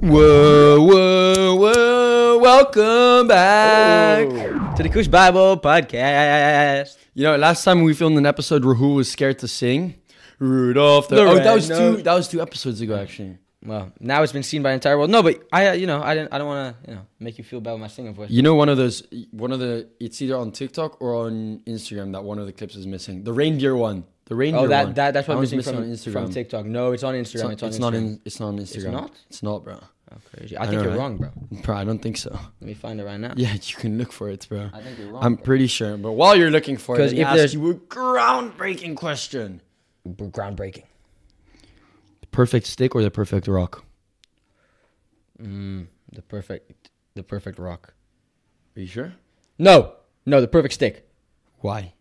Whoa, whoa, whoa. Welcome back Oh. to the Kush Bible Podcast. You know, last time we filmed an episode, Rahul was scared to sing. Rudolph the, The Oh, that was Red-Nosed- two that was two episodes ago actually. Well, now it's been seen by the entire world. No, but I, uh, you know, I didn't, I don't want to, you know, make you feel bad with my singing voice. You know one of those one of the it's either on TikTok or on Instagram that one of the clips is missing. The reindeer one. The reindeer Oh, that, one. that that's That what I'm one's missing from, from TikTok. No, it's on Instagram. It's, It's, on, not, it's, Instagram. not in it's not on Instagram. not? It's not, bro. Oh, crazy. I think know, you're right? wrong, bro. Bro, I don't think so. Let me find it right now. Yeah, you can look for it, bro. I think you're wrong. I'm pretty sure. But while you're looking for it, 'Cause let me if ask there's- you a groundbreaking question. bro. groundbreaking. Perfect stick or the perfect rock? Mm, the perfect, the perfect rock. Are you sure? No, no, the perfect stick. Why?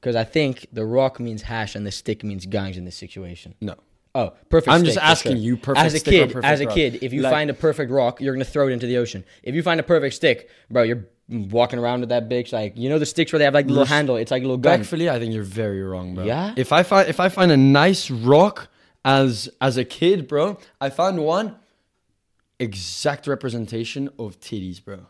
Because I think the rock means hash and the stick means gangs in this situation. No. Oh, perfect. I'm just stick, for asking sure. you, perfect as a stick or kid. perfect as a rock? kid, if you Like- find a perfect rock, you're gonna throw it into the ocean. If you find a perfect stick, bro, you're walking around with that bitch. Like you know the sticks where they have like the little Listen, handle. It's like a little gun. Thankfully, I think you're very wrong, bro. Yeah? If I find if I find a nice rock as as a kid, bro, I found one exact representation of titties, bro.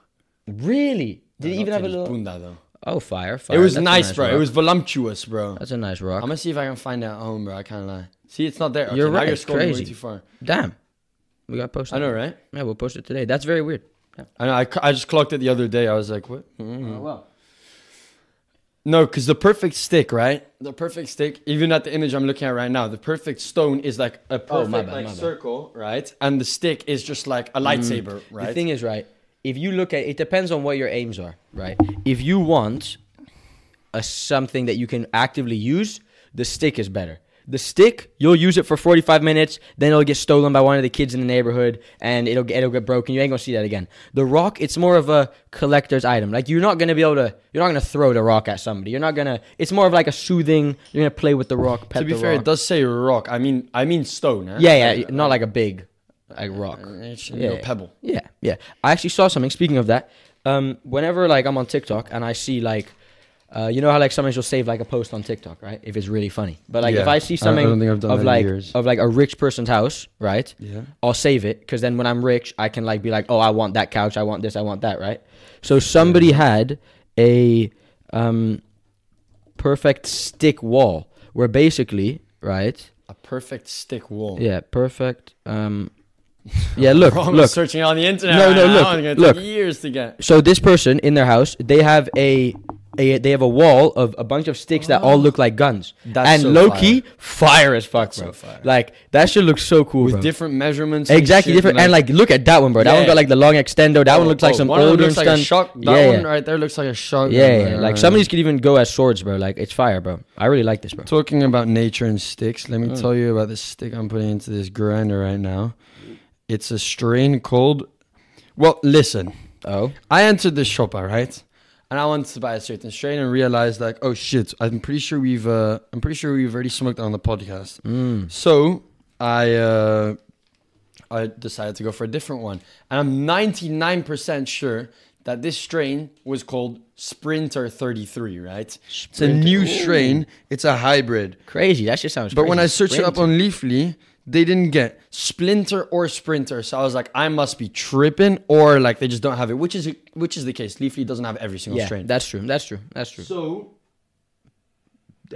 Really? Did it Not even have a titties, little? bunda though. Oh, fire! fire. It was That's a nice, bro. It rock. was voluptuous, bro. That's a nice rock. I'm gonna see if I can find it at home, bro. I can't lie. See, it's not there. Okay, You're now right, You're it's scrolling crazy. way too far. Damn, we got posted. I know, right? Yeah, we'll post it today. That's very weird. Yeah. I know. I, c- I just clocked it the other day. I was like, what? Oh, well. No, because the perfect stick, right? The perfect stick, even at the image I'm looking at right now, the perfect stone is like a perfect Oh, my bad, like, my bad. circle, right? And the stick is just like a lightsaber, right? The thing is, right? If you look at it, depends on what your aims are, right? If you want a something that you can actively use, the stick is better. The stick, you'll use it for 45 minutes, then it'll get stolen by one of the kids in the neighborhood, and it'll it'll get broken. You ain't gonna see that again. The rock, it's more of a collector's item. Like you're not gonna be able to, you're not gonna throw the rock at somebody. You're not gonna. It's more of like a soothing. You're gonna play with the rock, pet to be the fair, rock. it does say rock. I mean, I mean stone. Huh? yeah, yeah, not like a big, like rock. Uh, It's, you know, pebble. Yeah, yeah. I actually saw something. Speaking of that, um, whenever like I'm on TikTok and I see like, uh, you know how like sometimes you'll save like a post on TikTok, right? If it's really funny. But like if Yeah. I see I don't- I something don't think I've done that of in like years. of like a rich person's house, right? Yeah. I'll save it because then when I'm rich, I can like be like, oh, I want that couch, I want this, I want that, right? So somebody had a um, perfect stick wall where basically, right? A perfect stick wall. Yeah, perfect. Um, yeah, look, Wrong look. searching on the internet. No, right no, now. look, It's gonna look. Take years to get. so this person in their house they have a, a they have a wall of a bunch of sticks that Oh. all look like guns That's and so low-key fire as fuck bro fire. like that should look so cool bro. Different measurements. and exactly shit, different and like look at that one bro that one Yeah. got like the long extendo that one looks like oh, some one of them older looks like a stun- shock. That yeah, one yeah. right there looks like uh, a shock. yeah, yeah, yeah. like some of these could even go as swords bro like it's fire bro i really like this bro Talking about nature and sticks, let me tell you about the stick I'm putting into this grinder right now. It's a strain called. Well, listen, oh I entered the shop, all right, and I wanted to buy a certain strain and realized like, oh shit, I'm pretty sure we've, uh, I'm pretty sure we've already smoked on the podcast. So I, uh, I decided to go for a different one, and I'm 99% sure that this strain was called Sprinter 33, right? It's a new strain. It's a hybrid. crazy that shit sounds But when crazy. I searched it up Crazy. on Leafly, they didn't get Splinter or Sprinter. So I was like, I must be tripping, or like they just don't have it, which is which is the case. Leafly doesn't have every single yeah strain. that's true that's true that's true so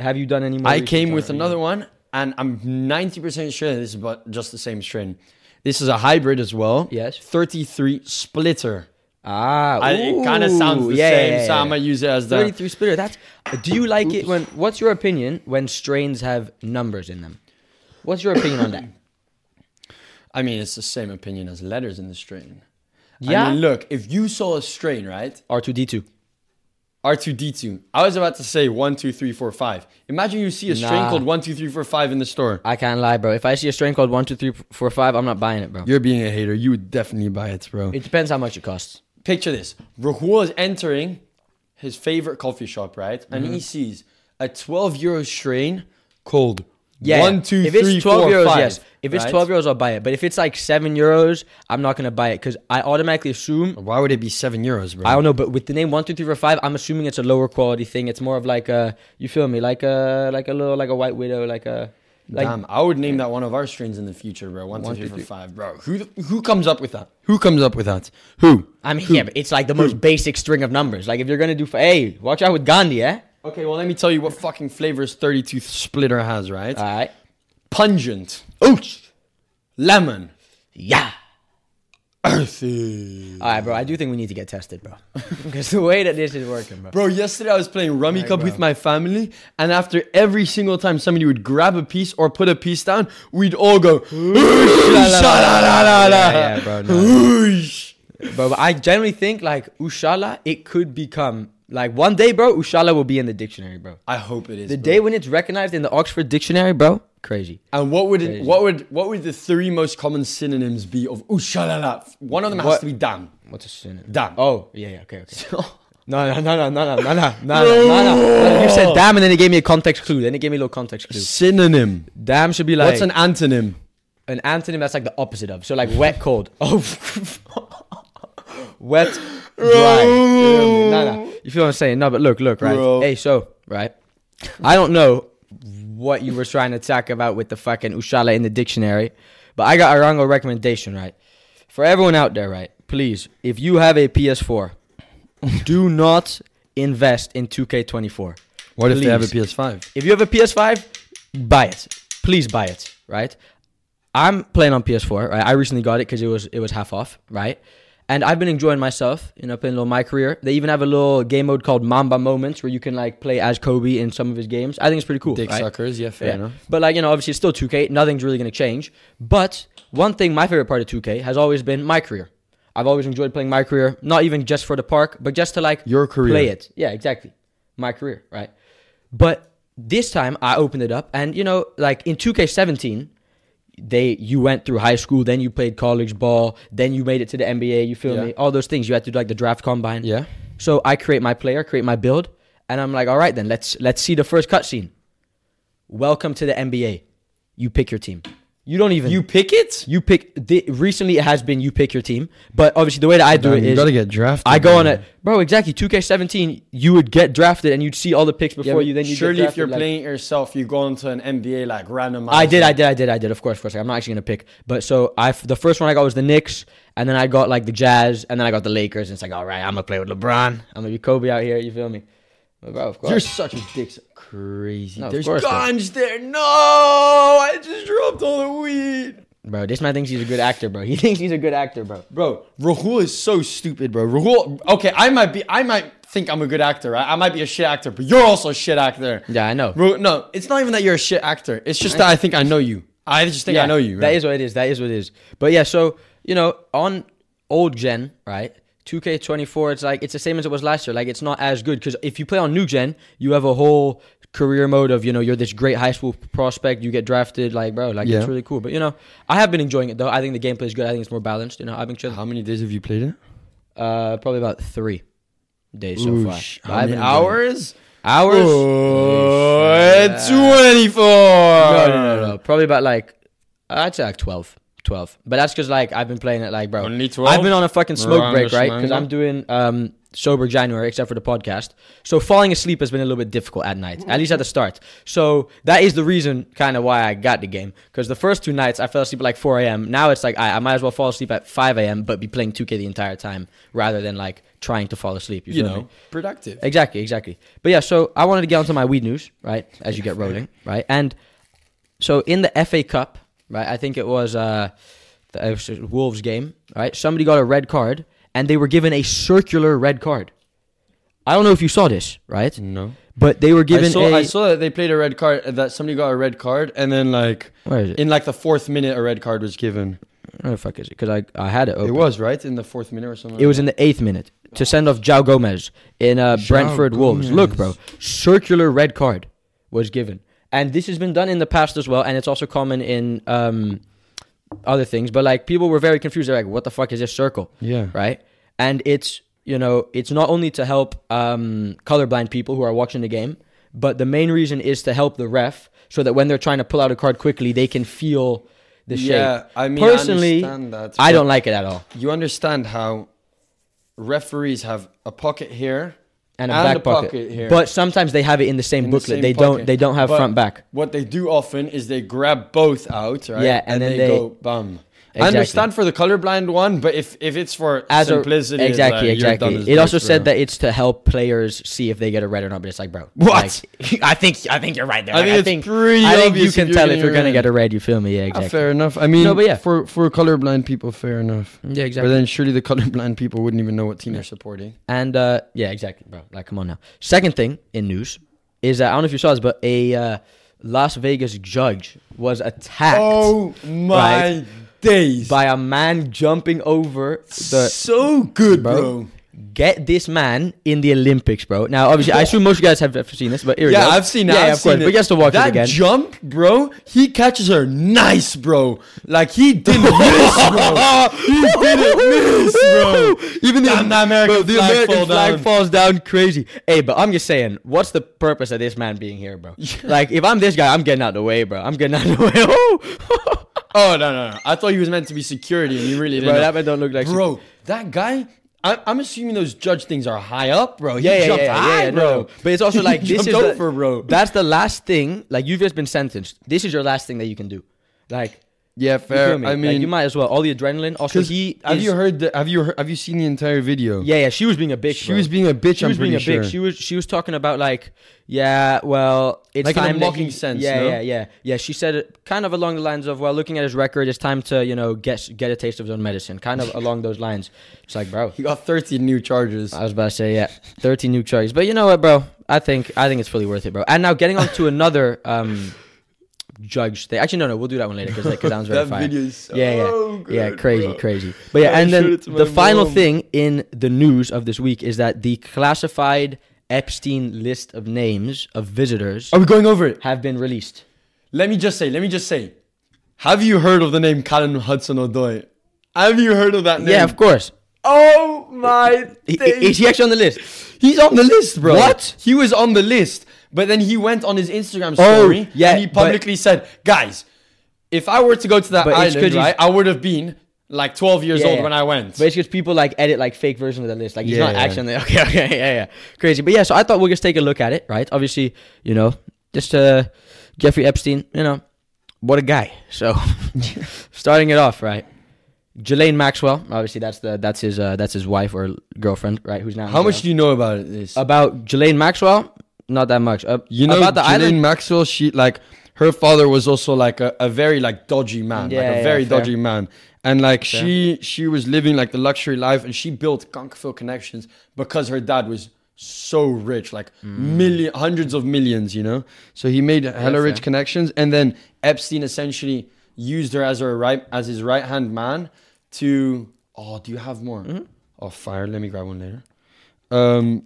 have you done any more I research came on with it? another one, and I'm 90% sure this is but just the same strain. This is a hybrid as well. Yes. 33 Splitter. ah I, it kind of sounds ooh, the yeah, yeah, same, yeah, so yeah. I'm gonna use it as the. 33 splitter. That's. Do you like it when? What's your opinion when strains have numbers in them? What's your opinion on that? I mean, it's the same opinion as letters in the strain. Yeah. I mean, look, if you saw a strain, right? R two D two. R2D2. I was about to say one, two, three, four, five. Imagine you see a string Nah. called one, two, three, four, five in the store. I can't lie, bro. If I see a strain called one two three four five, I'm not buying it, bro. You're being a hater. You would definitely buy it, bro. It depends how much it costs. Picture this. Rahul is entering his favorite coffee shop, right? And Mm-hmm. he sees a 12 euro strain called Yeah. one, two, if it's three, twelve four, euros, five, yes. If it's right? twelve euros, I'll buy it. But if it's like seven euros, I'm not gonna buy it because I automatically assume. Why would it be 7 euros, bro? I don't know, but with the name one two three four five, I'm assuming it's a lower quality thing. It's more of like a, you feel me, like a like a little like a white widow, like a Like, Damn, I would name that one of our strains in the future, bro. One, two, One, three, two, four, three. five, bro. Who the- who comes up with that? Who comes up with that? Who? I mean, yeah, but it's like the most basic string of numbers. Like, if you're gonna do, f- hey, watch out with Gandhi, eh? Okay, well, let me tell you what fucking flavors 32 Splitter has, right? All right. Pungent, Ouch. lemon, Yeah. earthy. All right, bro. I do think we need to get tested, bro, because the way that this is working, bro. Bro, yesterday I was playing Rummy Right, Cup bro. with my family, and after every single time somebody would grab a piece or put a piece down, we'd all go, Sha-la-la-la-la. "Sha-la-la-la-la." Yeah, yeah, bro, no. Oosh. Bro, but I generally think like Ushala, it could become like one day, bro. Ushala will be in the dictionary, bro. I hope it is. The bro. day when it's recognized in the Oxford Dictionary, bro, crazy. And what would Crazy. it, what would what would the three most common synonyms be of ushalala? One of them has What- to be damn. What's a synonym? Damn. Oh, yeah, yeah, okay, okay. No, no, no, no, no, no, no, no, no, no, no, no. You said damn, and then it gave me a context clue. Then it gave me a little context clue. Synonym. Damn should be like What's an antonym? an antonym that's like the opposite of. So like wet, cold. Oh, wet, dry. You know what I mean? No, no. You feel what I'm saying? No, but look, look, right. Bro. Hey, so right. I don't know what you were trying to talk about with the fucking Ushala in the dictionary, but I got a wrong recommendation, right? For everyone out there, right? Please, if you have a PS4, do not invest in 2K24. What if they have a Please. PS5? If you have a PS5, buy it. Please buy it, right? I'm playing on PS4. Right? I recently got it because it was it was half off, right? And I've been enjoying myself, you know, playing a little my career. They even have a little game mode called Mamba Moments where you can like play as Kobe in some of his games. I think it's pretty cool. Dick right? suckers, yeah, fair Yeah. enough. But like you know, obviously it's still 2K. Nothing's really gonna change. But one thing, my favorite part of 2K has always been my career. I've always enjoyed playing my career, not even just for the park, but just to like Your career. play it. Yeah, exactly. My career, right? But this time I opened it up, and you know, like in 2K17, they you went through high school, then you played college ball, then you made it to the NBA. You feel Yeah. me? All those things you had to do, like the draft combine. Yeah. So I create my player, create my build, and I'm like, all right, then let's let's see the first cutscene. Welcome to the NBA. You pick your team. You don't even You you pick it? you pick. The, recently, it has been you pick your team, but obviously the way that I do Damn, it you is gotta get drafted. I go on bro. it, bro. Exactly. 2K17, you would get drafted and you'd see all the picks Yeah, before but you. Then you surely if you're playing it yourself, you go onto an NBA like randomized. I did, I did, I did, I did. Of course, of course. I'm not actually gonna pick, but so I the first one I got was the Knicks, and then I got like the Jazz, and then I got the Lakers. And it's like, all right, I'm gonna play with LeBron. I'm gonna be Kobe out here. You feel me? But bro, of course. You're such a dick. suck- Crazy. No, of There's course, bro. ganj there. No, I just dropped all the weed. Bro, this man thinks he's a good actor, bro. He thinks he's a good actor, bro. Bro, Rahul is so stupid, bro. Rahul, okay, I might be, I might think I'm a good actor, right? I might be a shit actor, but you're also a shit actor. Yeah, I know. Bro, no, it's not even that you're a shit actor. It's just that I think I know you. I just think I know you. That right? is what it is. That is what it is. But yeah, so you know, on old gen, right? 2K24, it's like it's the same as it was last year. Like it's not as good because if you play on new gen, you have a whole career mode of you know you're this great high school prospect, you get drafted, like bro, like Yeah. it's really cool. But you know, I have been enjoying it though. I think the gameplay is good. I think it's more balanced. You know, I've been chilling. How many days have you played it? Uh, probably about three days so far. Oosh, But how I've many been enjoying it. hours? Hours? Oh, Oosh, uh, 24. No, no, Oh. no, no. Probably about like I'd say like 12. 12. But that's because like I've been playing it like bro. Only 12? I've been on a fucking smoke Wrong break, right? Because understanding. I'm doing um sober January except for the podcast. So falling asleep has been a little bit difficult at night, at least at the start. So that is the reason kind of why I got the game. Because the first two nights I fell asleep at like 4 a.m. Now it's like I, I might as well fall asleep at 5 a.m. but be playing 2K the entire time rather than like trying to fall asleep. You, You feel me? know, productive. Exactly, exactly. But yeah, so I wanted to get onto my weed news, right? As you get rolling, right? And so in the FA Cup, right? I think it was uh, the it was a Wolves game, right? Somebody got a red card, and they were given a circular red card. I don't know if you saw this, right? No. But they were given Mm. I saw, a I saw that they played a red card, that somebody got a red card, and then like, where is it? in like the fourth minute, a red card was given. Where the fuck is it? Because I I had it open. It was, right? In the fourth minute or something? It was in the eighth minute to send off Jao Gomez in uh, João Brentford Wolves. Gomes. Look, bro, circular red card was given, and this has been done in the past as well, and it's also common in um, other things. But like people were very confused. They're like, "What the fuck is this circle?" Yeah. right? And it's you know it's not only to help um, colorblind people who are watching the game, but the main reason is to help the ref so that when they're trying to pull out a card quickly, they can feel the Yeah, shape. I mean, I personally, understand that, I but- don't like it at all. you understand how referees have a pocket here and a And back the pocket. pocket here. But sometimes they have it in the same In the booklet. same they pocket. don't. They don't have But- front back. What they do often is they grab both out, right? Yeah, and then they- go bum. I Exactly. understand for the colorblind one, but if if it's for As a- simplicity, it's exactly, like, you're exactly. dumb as It bitch, also said bro. that it's to help players see if they get a red or not. But it's like, bro, What? like, I think I think you're right there. I Like, think it's pretty I think you obvious if can you're tell getting if you're a gonna red. get a red. You feel me? Yeah, Ah, exactly. fair enough. I mean, No, but yeah. for for colorblind people, fair enough. Yeah, But exactly. then surely the colorblind people wouldn't even know what team they're supporting. And uh, yeah, exactly, bro. Like, come on now. Second thing in news is that I don't know if you saw this, but a uh, Las Vegas judge was attacked Oh my days! by a man jumping over the. so good, Bro. Get this man in the Olympics, bro. Now, obviously, I assume most of you guys have, have seen this, but here we Yeah, go. I've seen that. Yeah, I've of course. seen it. But you have to watch that it again. jump, bro. He catches her nice, bro. Like he didn't miss, bro. He didn't miss, bro. Even the, Damn, the American bro, the flag American fall flag down. falls down crazy. Hey, but I'm just saying, what's the purpose of this man being here, bro? Like, if I'm this guy, I'm getting out the way, bro. I'm getting out the way. Oh, Oh no, no, no! I thought he was meant to be security, and he really didn't. bro, that man don't look like bro, that guy. I, I'm assuming those judge things are high up, bro. He Yeah, yeah, jumped yeah, high, yeah, yeah, no, bro. no. But it's also He like this jumped is over, the, bro. That's the last thing. Like you've just been sentenced. This is your last thing that you can do. Like, yeah, you fair. feel me? I Like, mean, you might as well. All the adrenaline. Also, 'cause he. have is- you heard? The, have you heard, have you seen the entire video? Yeah, yeah. She was being a bitch. she bro. was being a bitch. She I'm was being a pretty sure. bitch. She was she was talking about like, yeah, well, it's Like in a time that mocking he- sense, Yeah, no? yeah, yeah, yeah. She said it kind of along the lines of, well, looking at his record, it's time to you know get get a taste of his own medicine. Kind of along those lines. It's like, bro, he got 30 new charges. I was about to say, yeah, 13 new charges. But you know what, bro? I think I think it's fully worth it, bro. And now getting on to another um, judge thing. Actually, no, no, we'll do that one later because that sounds very that fire. video is so yeah, yeah, good. yeah, crazy, bro. crazy. But yeah, I and showed then it to my the final mom. thing in the news of this week is that the classified Epstein list of names of visitors Are we going over it? have been released. Let me just say, let me just say. Have you heard of the name Callan Hudson Odoi? Have you heard of that name? Yeah, of course. Oh my I- I- days. Is he actually on the list? He's on the list, bro. What? He was on the list, but then he went on his Instagram story Oh, yeah, and he publicly said, "Guys, if I were to go to that But it's 'cause island, he's- right, I would have been like 12 years Yeah, old yeah. when I went." But it's because people like edit like fake version of the list. Like he's Yeah, not yeah. actually. Okay, okay, yeah, yeah, crazy. But yeah, so I thought we'll just take a look at it, right? Obviously, you know, just uh, Jeffrey Epstein. You know, what a guy. So, starting it off right, Jelaine Maxwell. Obviously, that's the that's his uh, that's his wife or girlfriend, right? Who's now in How much jail. do you know about it? This? about Jelaine Maxwell? Not that much. Uh, you know about the Ghislaine island. Maxwell, she like her father was also like a, a very like dodgy man, Yeah, like a yeah, very fair. dodgy man. And like she she was living like the luxury life and she built Conkville connections because her dad was so rich, like Mm. million hundreds of millions, you know? So he made hella fair. rich connections and then Epstein essentially used her as her right as his right hand man to Oh, do you have more? Mm-hmm. Oh fire, let me grab one later. Um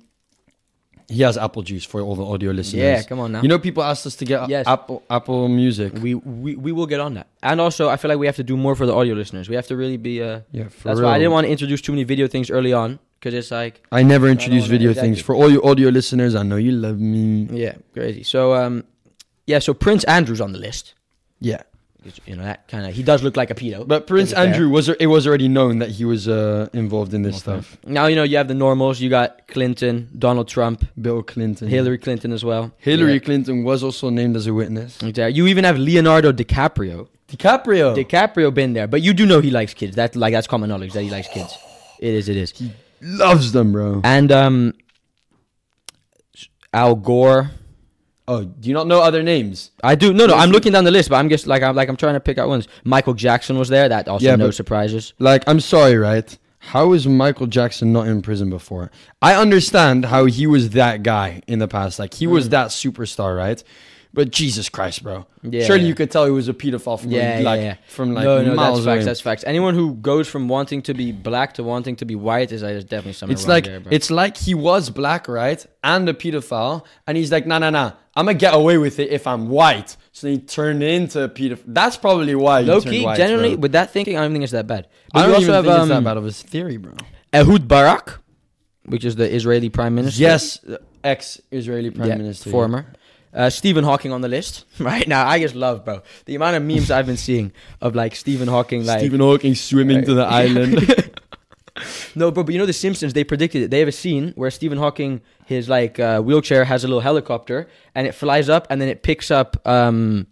he has apple juice for all the audio listeners. Yeah, come on now. You know, people asked us to get Yes. Apple Apple Music. We, we we will get on that. And also, I feel like we have to do more for the audio listeners. We have to really be. Uh, Yeah, for that's real. why I didn't want to introduce too many video things early on because it's like. I never introduce know, video exactly. things for all you audio listeners. I know you love me. Yeah, crazy. So, um, yeah, so Prince Andrew's on the list. Yeah, You know that kind of he does look like a pedo. but Prince To be fair. Andrew was it was already known that he was uh, involved in this stuff. now you know you have the normals. You got Clinton, Donald Trump, Bill Clinton, Hillary Clinton as well. Mm-hmm. Hillary Yeah. Clinton was also named as a witness. Exactly. You even have Leonardo DiCaprio. DiCaprio, DiCaprio been there, but you do know he likes kids. That's like that's common knowledge that he likes kids. It is. It is. loves them, bro. And um, Al Gore. Oh, do you not know other names? I do no no. I'm looking down the list, but I'm just like I'm like I'm trying to pick out ones. Michael Jackson was there. That also Yeah, no but- surprises. Like, I'm sorry, right? How is Michael Jackson not in prison before? I understand how he was that guy in the past. Like, he Mm. was that superstar, right? But Jesus Christ, bro. Yeah, Surely yeah. you could tell he was a pedophile from yeah, like yeah, yeah. from like no, no, miles that's facts. away. That's facts. Anyone who goes from wanting to be black to wanting to be white is, uh, is definitely something. it's wrong like there, bro. it's like he was black, right? And a pedophile, and he's like, nah, nah, nah. I'm gonna get away with it if I'm white. So then he turned into a pedophile. That's probably why. he low turned key. white, generally, bro. with that thinking, I don't think it's that bad. But I you don't also even have think it's um, that bad of his theory, bro. Ehud Barak, which is the Israeli prime minister. Yes, ex-Israeli prime Yeah, minister. yeah. former. Uh, Stephen Hawking on the list right now. I just love, bro, the amount of memes I've been seeing of like Stephen Hawking, like Stephen Hawking swimming to the island. No, bro, but you know the Simpsons, they predicted it. They have a scene where Stephen Hawking, his like uh, wheelchair has a little helicopter and it flies up and then it picks up um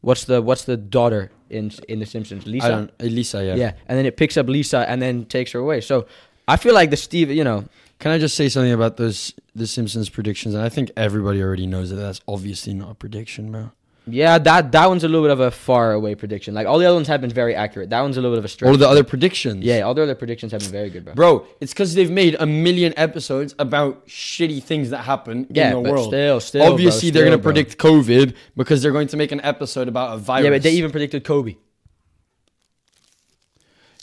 what's the what's the daughter in in the Simpsons? Lisa. I don't, Elisa, yeah. yeah. and then it picks up Lisa and then takes her away. So I feel like the Steve, you know, Can I just say something about those the Simpsons predictions? And I think everybody already knows that that's obviously not a prediction, bro. yeah, that that one's a little bit of a far away prediction. Like all the other ones have been very accurate. That one's a little bit of a stretch. All the other predictions. yeah, all the other predictions have been very good, bro. Bro, it's because they've made a million episodes about shitty things that happen yeah, in the but world. still, still, bro, Obviously, they're still, going to bro. predict COVID because they're going to make an episode about a virus. Yeah, but they even predicted Kobe.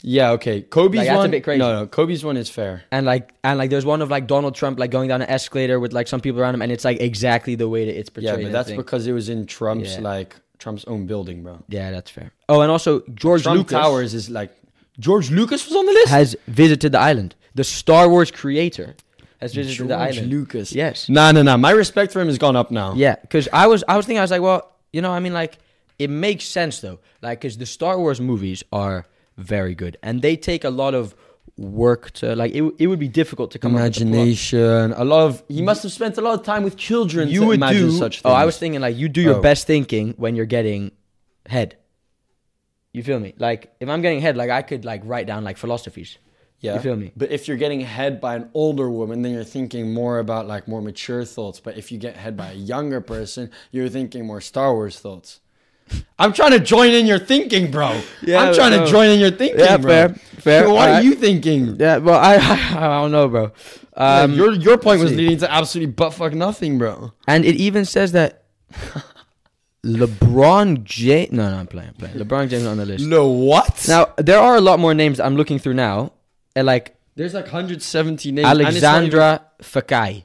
Yeah, okay. Kobe's Like, that's a one. bit crazy. No, no, Kobe's one is fair. And like, and like, there's one of like Donald Trump like going down an escalator with like some people around him, and it's like exactly the way that it's Yeah, portrayed. but and that's thing. because it was in Trump's Yeah. like Trump's own building, bro. yeah, that's fair. Oh, and also George Trump Lucas Towers is like George Lucas was on the list. has visited the island. The Star Wars creator has visited George the island. Lucas. Yes. Nah, nah, nah. My respect for him has gone up now. Yeah, because I was I was thinking I was like, well, you know, I mean, like it makes sense though, like because the Star Wars movies are very good and they take a lot of work to like it. It would be difficult to come up with a plot. Imagination. A lot of he must have spent a lot of time with children You to would imagine do. such things. oh, I was thinking like you do your Oh. best thinking when you're getting head. You feel me? Like if I'm getting head, like I could like write down like philosophies. yeah. You feel me? But if you're getting head by an older woman, then you're thinking more about like more mature thoughts. But if you get head by a younger person, you're thinking more Star Wars thoughts. I'm trying to join in your thinking, bro. Yeah, I'm trying no. to join in your thinking, Yeah, bro. fair, fair, What are alright. you thinking? Yeah. Well, I I don't know, bro. Um, your your point was see. leading to absolutely butt fuck nothing, bro. And it even says that LeBron James. No, no, I'm playing. I'm playing. LeBron James is on the list. No, what? Now there are a lot more names I'm looking through now, and like There's like 170 names. and it's not even- Alexandra Fakai,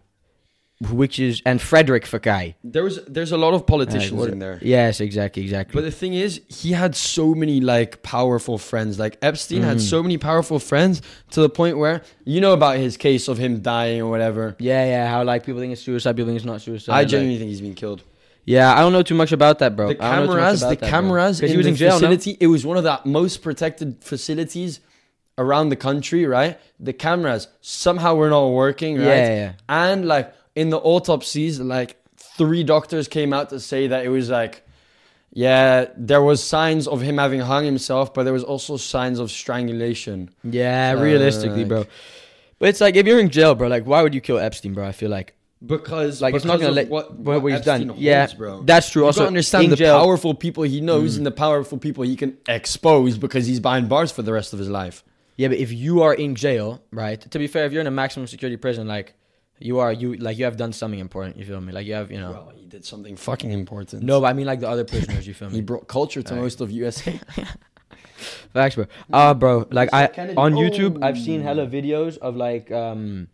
which is and Frederick Fakai. there was there's a lot of politicians in there. Yes, exactly, exactly. But the thing is, he had so many like powerful friends. Like Epstein had Mm. so many powerful friends to the point where you know about his case of him dying or whatever. yeah, yeah. How like people think it's suicide, people think it's not suicide. I like- genuinely think he's been killed. yeah, I don't know too much about that, bro. The cameras, the cameras because in he was the in jail. no? facility. It was one of the most protected facilities around the country, right? The cameras somehow were not working, right? Yeah, yeah. And like in the autopsies, like three doctors came out to say that it was like, yeah, there was signs of him having hung himself, but there was also signs of strangulation. Yeah, So, realistically, Uh, like- bro. But it's like if you're in jail, bro. Like, why would you kill Epstein, bro? I feel like Because Like, it's not gonna of let- what, what he's Epstein done. Yeah, that's true. You Also, gotta understand Mm. in the jail- powerful people he knows and the powerful people he can expose because he's behind bars for the rest of his life. Yeah, but if you are in jail, right? To be fair, if you're in a maximum security prison, like you are, you like you have done something important. You feel me? Like you have, you know. Well, he did something fucking important. no, but I mean like the other prisoners. You feel he me? brought culture to most of USA. Facts, bro. Ah, bro. Like I Kennedy. on YouTube, I've seen Oh. hella videos of like um,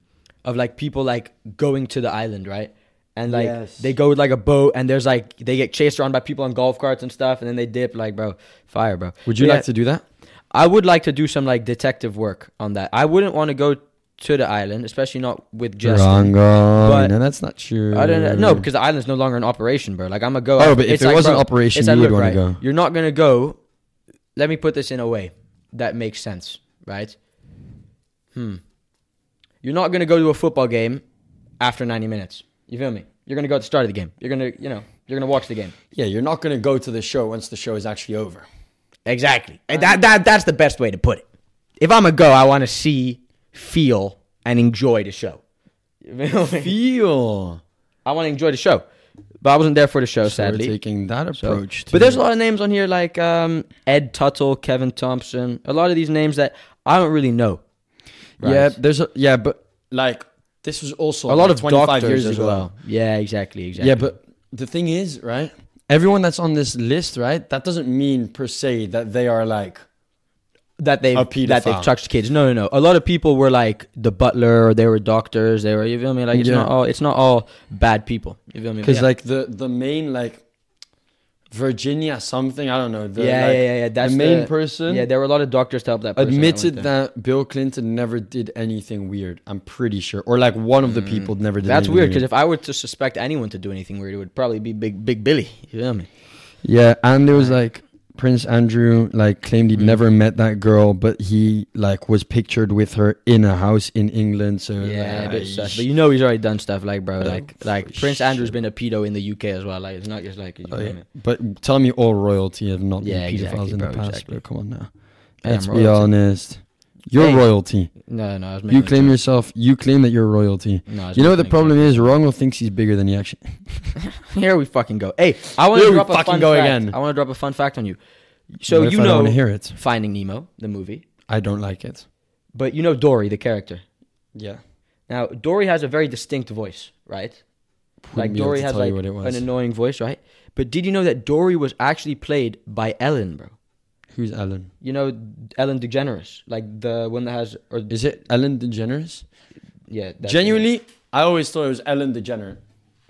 of like people like going to the island, right? And like Yes. they go with like a boat, and there's like they get chased around by people on golf carts and stuff, and then they dip. Like, bro, fire, bro. Would you But yeah, like to do that? I would like to do some like detective work on that. I wouldn't want to go to the island, especially not with Justin. But- no, that's not true. I don't know. No, because the island's no longer in operation, bro. Like I'm gonna go. Oh, but if it was in operation, it's like, you would look, wanna right, go. You're not gonna go. Let me put this in a way that makes sense, right? Hmm. You're not gonna go to a football game after 90 minutes. You feel me? You're gonna go at the start of the game. You're gonna, you know, you're gonna watch the game. yeah, you're not going to go to the show once the show is actually over. Exactly. And That, that that's the best way to put it. If I'm gonna go, I want to see, feel, and enjoy the show. You feel me? Feel. I want to enjoy the show, but I wasn't there for the show, sadly. We're taking that approach. But there's a lot of names on here like um, Ed Tuttle, Kevin Thompson, a lot of these names that I don't really know. Right. Yeah, there's a, yeah, but like this was also a lot like, of 25 doctors years as ago. well. Yeah, exactly, exactly. Yeah, but the thing is, right? Everyone that's on this list, right? That doesn't mean per se that they are like that they A that they've pedophile. touched kids. No, no, no. A lot of people were like the butler, or they were doctors. They were you feel me? Like it's Yeah. not all it's not all bad people. You feel me? because Yeah. like the the main like Virginia something I don't know. The, yeah, like, yeah, yeah, yeah. That's the main person. Yeah, there were a lot of doctors to help that. person, I admitted would think. that Bill Clinton never did anything weird. I'm pretty sure, or like one of the people never did. Hmm. That's anything weird because if I were to suspect anyone to do anything weird, it would probably be Big Big Billy. You feel me? yeah, and there was like Prince Andrew like claimed he'd Mm. never met that girl, but he like was pictured with her in a house in England. So Yeah, a like, bit sus. But you know he's already done stuff like Oh, bro, like like for Prince Andrew's sure. been a pedo in the UK as well. Like it's not just like you Oh, know yeah. what I mean? But tell me all royalty have not Yeah, been pedophiles exactly, in the bro, past, exactly. bro. Come on now. I Let's am be royalty. honest. You're Hey. royalty. No, no, I was making You a claim joke. yourself. You claim that you're royalty. No, I was You know making what the a problem is? Ronald thinks he's bigger than he actually. joke. Here we fucking go. Hey, I want Here to we drop a fucking fun go fact. again. I want to drop a fun fact on you. So What if you I don't know wanna hear it. Finding Nemo, the movie, I don't like it. but you know Dory, the character. Yeah. Now Dory has a very distinct voice, right? like Dory has like an annoying voice, right? But did you know that Dory was actually played by Ellen, bro? Who's Ellen? You know Ellen DeGeneres, like the one that has or Is it Ellen DeGeneres? yeah, that's the name. Genuinely, I always thought it was Ellen DeGeneres.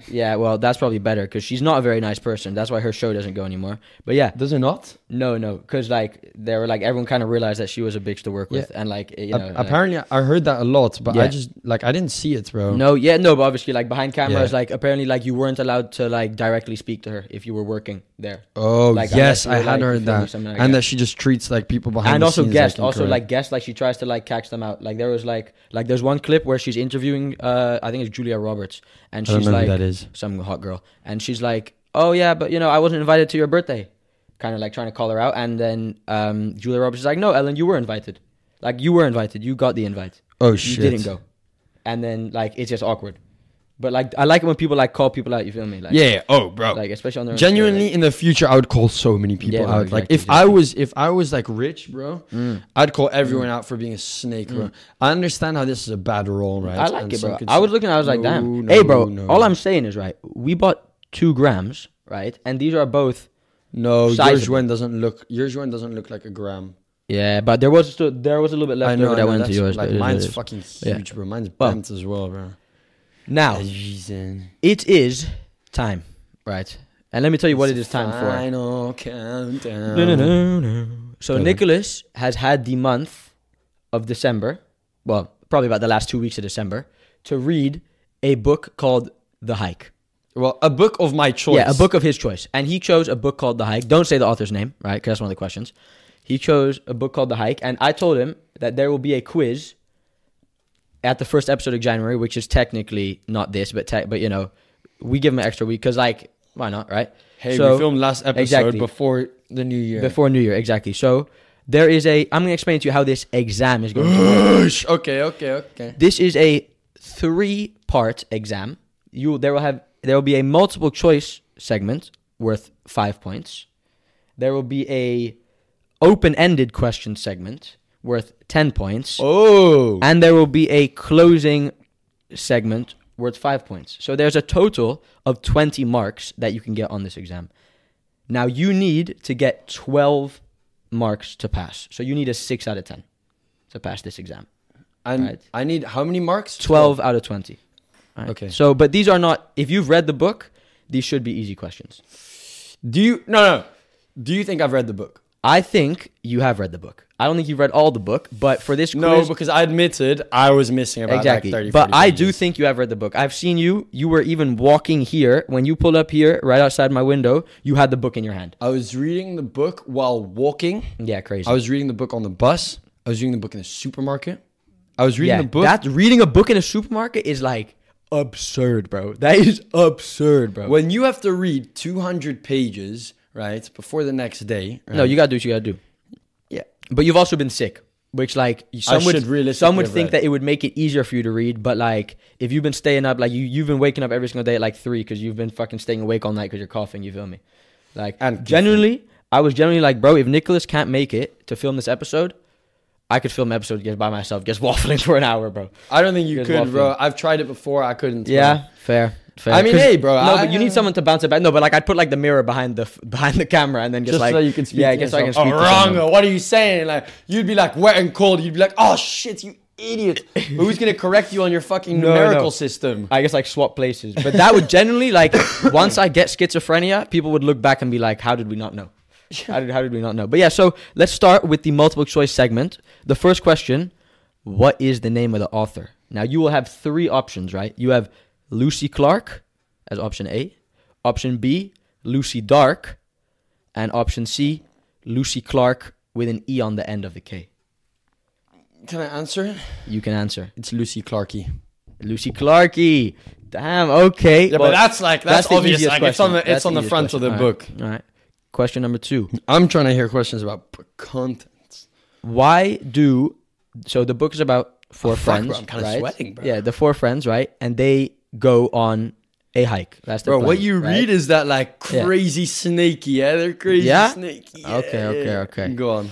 Yeah, well, that's probably better because she's not a very nice person. That's why her show doesn't go anymore. But yeah, Does it not? no, no, because like they were like everyone kind of realized that she was a bitch to work with, and like you know, Ap- like- apparently, I heard that a lot, but I Yeah. just like I didn't see it, bro. no, yeah, no, but obviously, like behind cameras, Yeah. like apparently, like you weren't allowed to like directly speak to her if you were working there, Oh Like, yes, unless you I were, had heard like, filming that, something like and that. that she just treats like people behind and the also scenes, guest, like, also incorrect. like guest, like she tries to like catch them out. Like there was like like there's one clip where she's interviewing, uh I think it's Julia Roberts, and I don't she's know like who that is. some hot girl, and she's like, "Oh yeah, but you know, I wasn't invited to your birthday," kind of like trying to call her out. And then um, Julia Roberts is like, "No, Ellen, you were invited. Like you were invited. You got the invite. Oh You shit! didn't go." And then like it's just awkward. But like I like it when people like call people out. You feel me? Like, Yeah. yeah. Oh, bro. Like especially on their own story, Genuinely, like- in the future, I would call so many people Yeah, no, out. like, exactly, Mm. if I was, if I was like rich, bro, I'd call everyone out for being a snake, bro. I understand how this is a bad role, right? I like And it, some bro. could I say- was looking. I was like, No, damn. no, hey, bro. no. All I'm saying is right. We bought two grams, right? And these are both. no, yours Sizable. one doesn't look. Yours one doesn't look like a gram. Yeah, but there was still, there was a little bit left I know. over I that know, went to that's- yours. Like but- mine's fucking huge, bro. Mine's Well, bent as well, bro. now Reason. it is time, right? And let me tell you what it is time for. Final countdown. So Nicholas has had the month of December, well, probably about the last two weeks of December, to read a book called The Hike. Well, a book of my choice. Yeah, a book of his choice, and he chose a book called The Hike. Don't say the author's name, right? Because that's one of the questions. He chose a book called The Hike, and I told him that there will be a quiz at the first episode of January, which is technically not this, but te- but you know, we give him an extra week because like why not, right? Hey, So- we filmed last episode Exactly. before the new year. before New Year, exactly. So there is a. I'm going to explain to you how this exam is going. to work. okay, okay, okay. This is a three part exam. You there will have there will be a multiple choice segment worth five points. There will be a open ended question segment worth ten points, Oh. and there will be a closing segment worth five points. So there's a total of twenty marks that you can get on this exam. Now you need to get twelve marks to pass. So you need a six out of ten to pass this exam. And Right. I need how many marks? 12 out of 20. Okay. So, but these are not, if you've read the book, these should be easy questions. Do you no no? Do you think I've read the book? I think you have read the book. I don't think you've read all the book, but for this No, quiz, because I admitted I was missing about exactly. like 30 but 40 I pages. do think you have read the book. I've seen you. You were even walking here. When you pulled up here, right outside my window, you had the book in your hand. I was reading the book while walking. Yeah, crazy. I was reading the book on the bus. I was reading the book in the supermarket. I was reading yeah, the book. that reading a book in a supermarket is like absurd, bro. That is absurd, bro. when you have to read 200 pages, right, before the next day. No, you gotta do what you gotta do. Yeah. But you've also been sick, which like some should would realistically some would have think read. that it would make it easier for you to read, but like if you've been staying up, like you you've been waking up every single day at like three because you've been fucking staying awake all night because you're coughing. You feel me? Like And- genuinely, I was genuinely like, bro, if Nicholas can't make it to film this episode, I could film an episode just by myself, just waffling for an hour, bro. I don't think you Because could, waffling. bro. I've tried it before. I couldn't. bro. Yeah, fair. Fair. I mean, 'Cause- hey, bro, No, but I- uh, you need someone to bounce it back. No, but like I'd put like the mirror behind the behind the camera and then just, Just like so you can speak. Yeah, to I guess I yourself. can speak. Oh, to someone. Ranga, what are you saying? Like you'd be like wet and cold. You'd be like, oh shit, you idiot. Who's gonna correct you on your fucking no. numerical system? I guess like swap places. But that would generally like once I get schizophrenia, people would look back and be like, "How did we not know? How did how did we not know?" But yeah, so let's start with the multiple choice segment. The first question: What is the name of the author? Now you will have three options, right? You have Lucy Clark as option A, option B, Lucy Dark, and option C, Lucy Clark with an E on the end of the K? Can I answer? You can answer. It's Lucy Clarkey. Lucy Clarky. Damn, okay. Yeah, Well, but that's like that's, the obvious. easiest Like it's on the question. That's it's on the easiest front of the question. All book. right. All right. Question number two. I'm trying to hear questions about p- content. Why do so the book is about four Oh, fuck, friends. bro, I'm kinda right? sweating, bro. Yeah, the four friends, right? And they go on a hike. That's the Bro, plan, what you right? read is that like Yeah. crazy snaky. Yeah, they're crazy Yeah? snaky. Okay, yeah, okay, yeah. okay. Go on.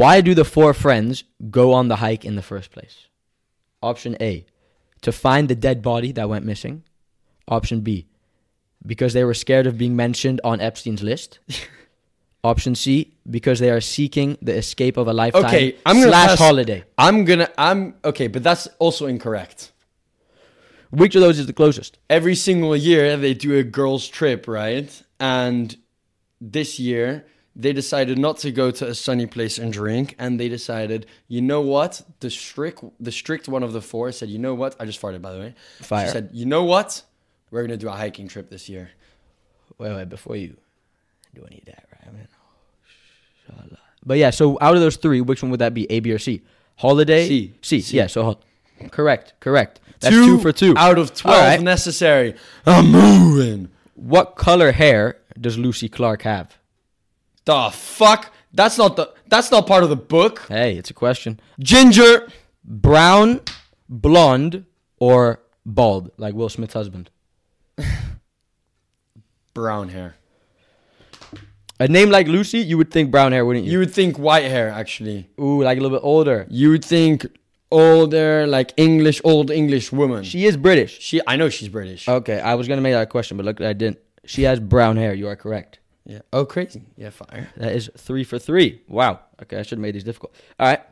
Why do the four friends go on the hike in the first place? Option A, to find the dead body that went missing. Option B, because they were scared of being mentioned on Epstein's list. Option C, because they are seeking the escape of a lifetime Okay, I'm gonna slash pass- holiday. I'm gonna. I'm okay, but that's also incorrect. Which of those is the closest? every single year they do a girls trip right and this year they decided not to go to a sunny place and drink and they decided you know what the strict the strict one of the four said you know what i just farted by the way Fire. she said you know what we're gonna do a hiking trip this year Wait, wait, before you do any of that, right? man? Inshallah. But yeah, so out of those three, which one would that be? A, B, or C? Holiday? C. C. C. Yeah, so hol- correct, correct. That's two, for two. out of All 12 right. necessary i'm moving What color hair does Lucy Clark have? the fuck that's not the that's not part of the book Hey, it's a question. ginger Brown, blonde, or bald, like Will Smith's husband? brown hair A name like Lucy, you would think brown hair, wouldn't you you? would think white hair actually Ooh, like a little bit older. You would think older, like English, old English woman. She, She Oh. is British. I know she's British. Okay, I was gonna make that a question, but look, I didn't. She has brown hair. You are correct. yeah. Oh, crazy. Yeah, fire. That is three for three. Wow. Okay, I should have made these difficult. All right.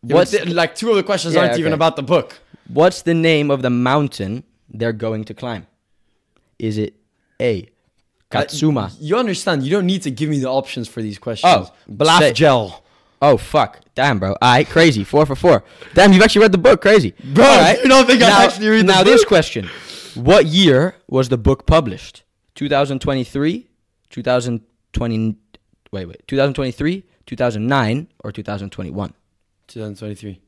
What's What's like two of the questions Yeah, aren't even okay. about the book. what's the name of the mountain they're going to climb? Is it A. Katsuma? You understand? You don't need to give me the options for these questions. Oh, Blaf say- gel. Oh fuck! Damn, bro. I crazy. Four for four. Damn, you've actually read the book. Crazy, bro. you don't think I now, actually read the Now this question: What year was the book published? 2023, 2020. Wait, wait. 2023, 2009, or 2021? 2023.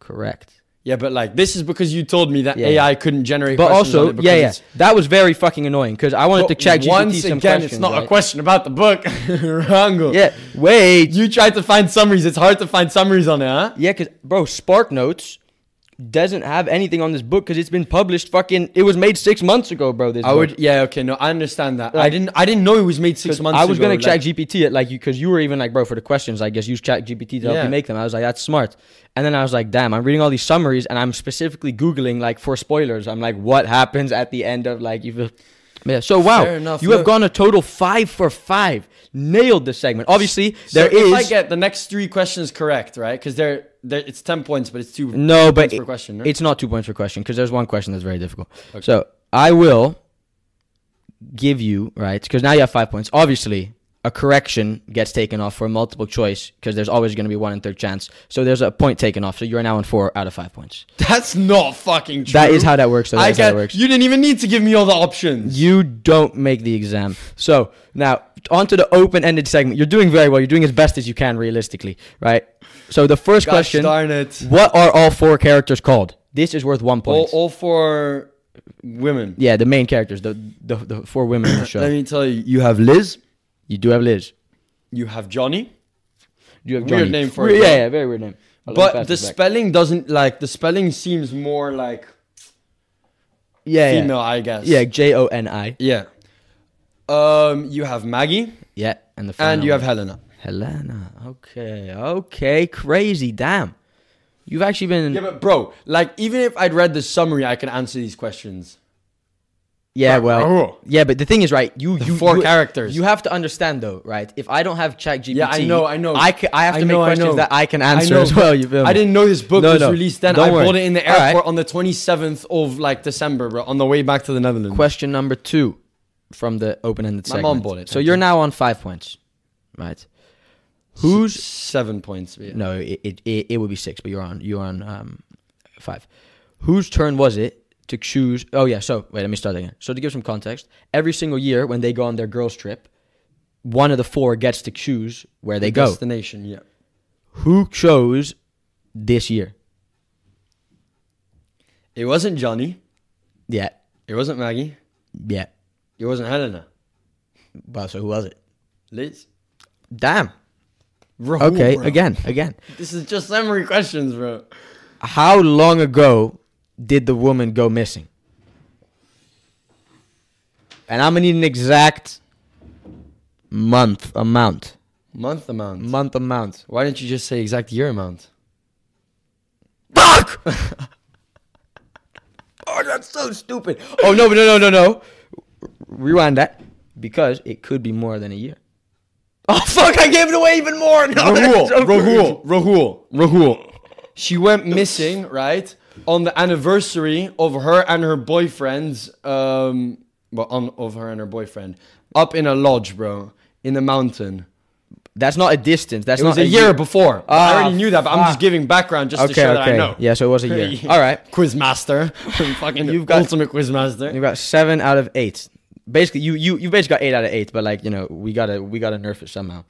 Correct. Yeah, but like this is because you told me that Yeah, AI couldn't generate. But questions on also, it because yeah, yeah, it's- that was very fucking annoying because I wanted to But check GPT once some again, questions. it's not a right? question about the book, Rango. Yeah. Wait. you tried to find summaries. It's hard to find summaries on it, huh? Yeah, because, bro, Spark Notes doesn't have anything on this book because it's been published fucking. It was made six months ago, bro. This I book. would. Yeah, okay, no, I understand that. I Like- didn't. I didn't know it was made six months. I was ago, gonna like- check GPT it like you because you were even like, bro, for the questions, I guess use chat GPT to help Yeah. you make them. I was like, that's smart. And then I was like, damn, I'm reading all these summaries and I'm specifically googling like for spoilers. I'm like, what happens at the end of like you feel. Yeah, so wow, Fair enough, you have look. gone a total five for five. Nailed the segment. Obviously, there so is if I get the next three questions correct, right? Because they're, they're it's ten points, but it's two. no, but points per it- question, no? it's not two points per question because there's one question that's very difficult. So I will give you right because now you have five points. Obviously, a correction gets taken off for multiple choice because there's always going to be one in third chance. So there's a point taken off. So you are now on four out of five points. That's not fucking true. That is how that works. Though. I That's how that get. works. You didn't even need to give me all the options. You don't make the exam. So now onto the open-ended segment. You're doing very well. You're doing as best as you can, realistically, right? So the first Gosh question: darn it! What are all four characters called? This is worth one point. All, all four women. Yeah, the main characters, the the, the four women in the Let show. me tell you, you have Liz, You do have Liz. you have Johnny, You have Weird Johnny. name for a Weird- girl. yeah, yeah, very weird name. I love but fast the and black. spelling doesn't like the spelling seems more like yeah, yeah. female, I guess. Yeah, J O N I. yeah. Um, you have Maggie Yeah, and the final and you one. have Helena. Helena. Okay, okay, crazy. Damn, you've actually been Yeah, yeah. but bro, like even if I'd read the summary, I can answer these questions. well, Oh. yeah, but the thing is, right? You you four you- characters. You have to understand though, right? If I don't have ChatGPT, Yeah, I know, I know. I ca- I have to I know, I make questions know. that I can I answer know, as well. but You feel I me? didn't know this book No, was no. released then. Don't I worry. bought it in the All right. airport on the 27th of like December, bro, on the way back to the Netherlands. Question number two from the open-ended My segment. mom bought it, So thank you're now on five points, right? Who's seven points? Yeah. No, it, it, it, it would be six, but you're on you're on um, five. Whose turn was it to choose? Oh yeah, so wait, let me start again. So to give some context, every single year when they go on their girls trip, one of the four gets to choose where they go. Destination, yeah. Who chose this year? It wasn't Johnny. Yeah, It wasn't Maggie. yeah. It wasn't Helena. But so who was it? Liz. Damn. Rahul, Okay, bro. again, again. This is just summary questions, bro. How long ago did the woman go missing? And I'm gonna need an exact month amount. Month amount. Month amount. Why didn't you just say exact year amount? Fuck! oh, that's so stupid. Oh no, no, no, no, no. Rewind that because it could be more than a year. Oh fuck! I gave it away even more. No, that's so crazy. Rahul, Rahul. She went missing, right? On the anniversary of her and her boyfriend's, um, well, on, of her and her boyfriend, up in a lodge, bro, in the mountain. That's not a distance. That's It was not a year, before. I already knew that, but I'm just fuck. giving background just to Okay, show that I okay. know. Yeah, so it was a year. All right. Quizmaster. Fucking You've got- ultimate quizmaster. You got seven out of eight. Basically, you you you basically got eight out of eight, but like you know, we gotta we gotta nerf it somehow.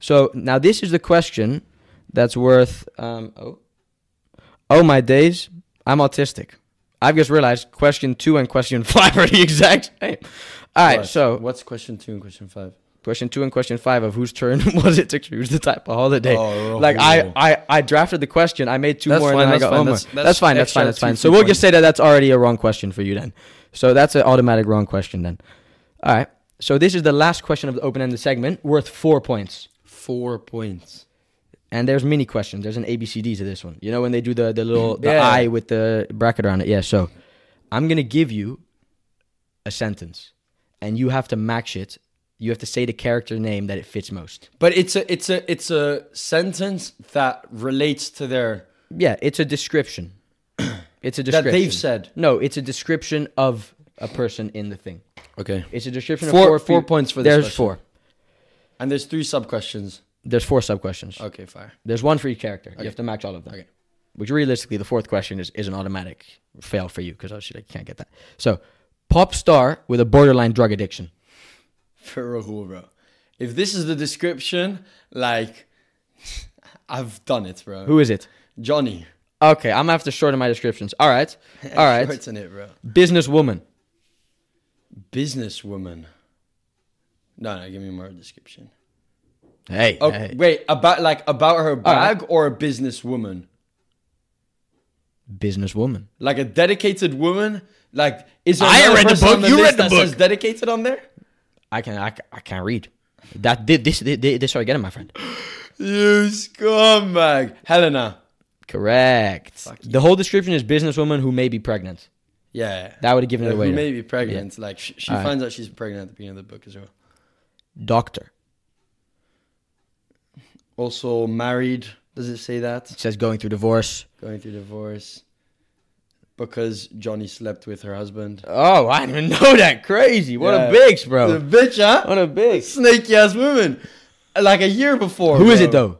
So now this is the question that's worth um oh oh my days. I'm autistic. I've just realized question two and question five are the exact same. All right, What? so what's question two and question five? question two and question five of whose turn was it to choose the type of holiday? Oh, like I, Rahul. I I drafted the question. I made two That's more. fine, and then that's I got fine, one more. that's- That's, that's fine. That's extra fine. That's two fine. free So we'll points. just say that that's already a wrong question for you then. So that's an automatic wrong question then. All right. So this is the last question of the open-ended segment, worth four points. Four points. And there's mini questions. There's an ABCD to this one. You know when they do the the little the Yeah. I with the bracket around it. Yeah. So I'm gonna give you a sentence, and you have to match it. You have to say the character name that it fits most. But it's a it's a it's a sentence that relates to their Yeah, it's a description. It's a that description they've said. No, it's a description of a person in the thing. Okay. It's a description Four- of four, four pe- points for this There's question. four. And there's three sub questions. There's four sub questions. Okay, fire. There's one for each character. You have to match all of them. Okay. Which realistically, the fourth question is, is an automatic fail for you because obviously I can't get that. So, pop star with a borderline drug addiction. For Rahul, bro. If this is the description, like I've done it, bro. Who is it? Johnny. Okay, I'm gonna have to shorten my descriptions. All right, all right. Shorten it, bro. Businesswoman. Businesswoman. No, no, give me more description. Hey, Oh, hey. wait, about like about her right. bag or a businesswoman? businesswoman. Like a dedicated woman? Like is there I another read the person book, on you read list the that book. says dedicated on there? I can I, ca- I can't read. That thi- this this, this are getting my friend. You scumbag. Helena. Correct. the whole description is businesswoman who may be pregnant. Yeah. That would have given Like, it away. who though. may be Uh, pregnant. Like she, she finds out she's pregnant at the beginning of the book as well. Doctor Also married. Does it say that? It says going through divorce. Going through divorce. Because Johnny slept with her husband. Oh, I didn't even know that. Crazy. What Yeah. a bigs, The bro. bitch, huh? Oh. What a bigs. Snaky ass woman. Like a year before. Who is bro. it though?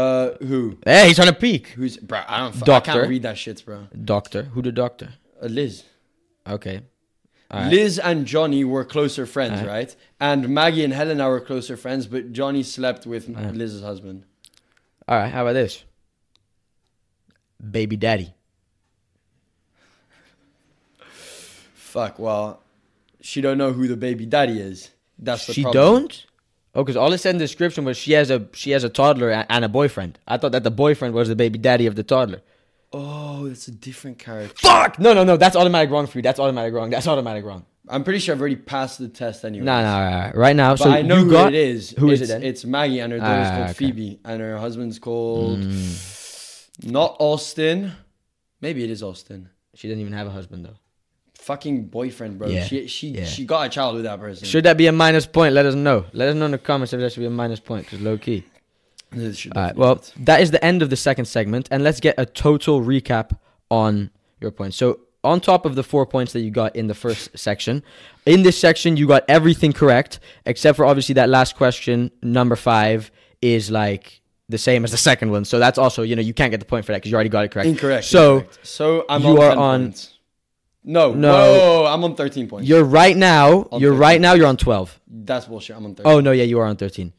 Uh, who? Hey, he's on a peak. Who's bro? I don't. Fu- I Doctor. can't read that shit, bro. Doctor. Who the doctor? Uh, Liz. Okay. All right. Liz and Johnny were closer friends, Alright. right? And Maggie and Helena were closer friends, but Johnny slept with Liz's husband. All right. How about this? Baby daddy. Fuck. Well, she don't know who the baby daddy is. That's the She problem. don't. Oh, because all it said in the description was she has a she has a toddler a- and a boyfriend. I thought that the boyfriend was the baby daddy of the toddler. Oh, that's a different character. Fuck! No, no, no. That's automatic wrong for you. That's automatic wrong. That's automatic wrong. I'm pretty sure I've already passed the test anyway. No, no, all right, all right. right now. But so I know you who got it is. Who it's, is it then? It's Maggie, and her daughter's Ah, called okay. Phoebe, and her husband's called Hmm. not Austin. Maybe it is Austin. she doesn't even have a husband though. Fucking boyfriend, bro. Yeah. She she Yeah. she got a child with that person. Should that be a minus point? Let us know. Let us know in the comments if that should be a minus point because low key. This should All right. definitely Well, not. that is the end of the second segment, and let's get a total recap on your points. So, on top of the four points that you got in the first section, in this section you got everything correct except for obviously that last question, number five, is like the same as the second one. So that's also you know you can't get the point for that because you already got it correct. incorrect. So incorrect. so I'm you on are 10 on- points. No, No. no, whoa, I'm on 13 points. You're right now. On you're 13. right now. You're on twelve. That's bullshit. I'm on 13. Oh no, yeah, you are on thirteen.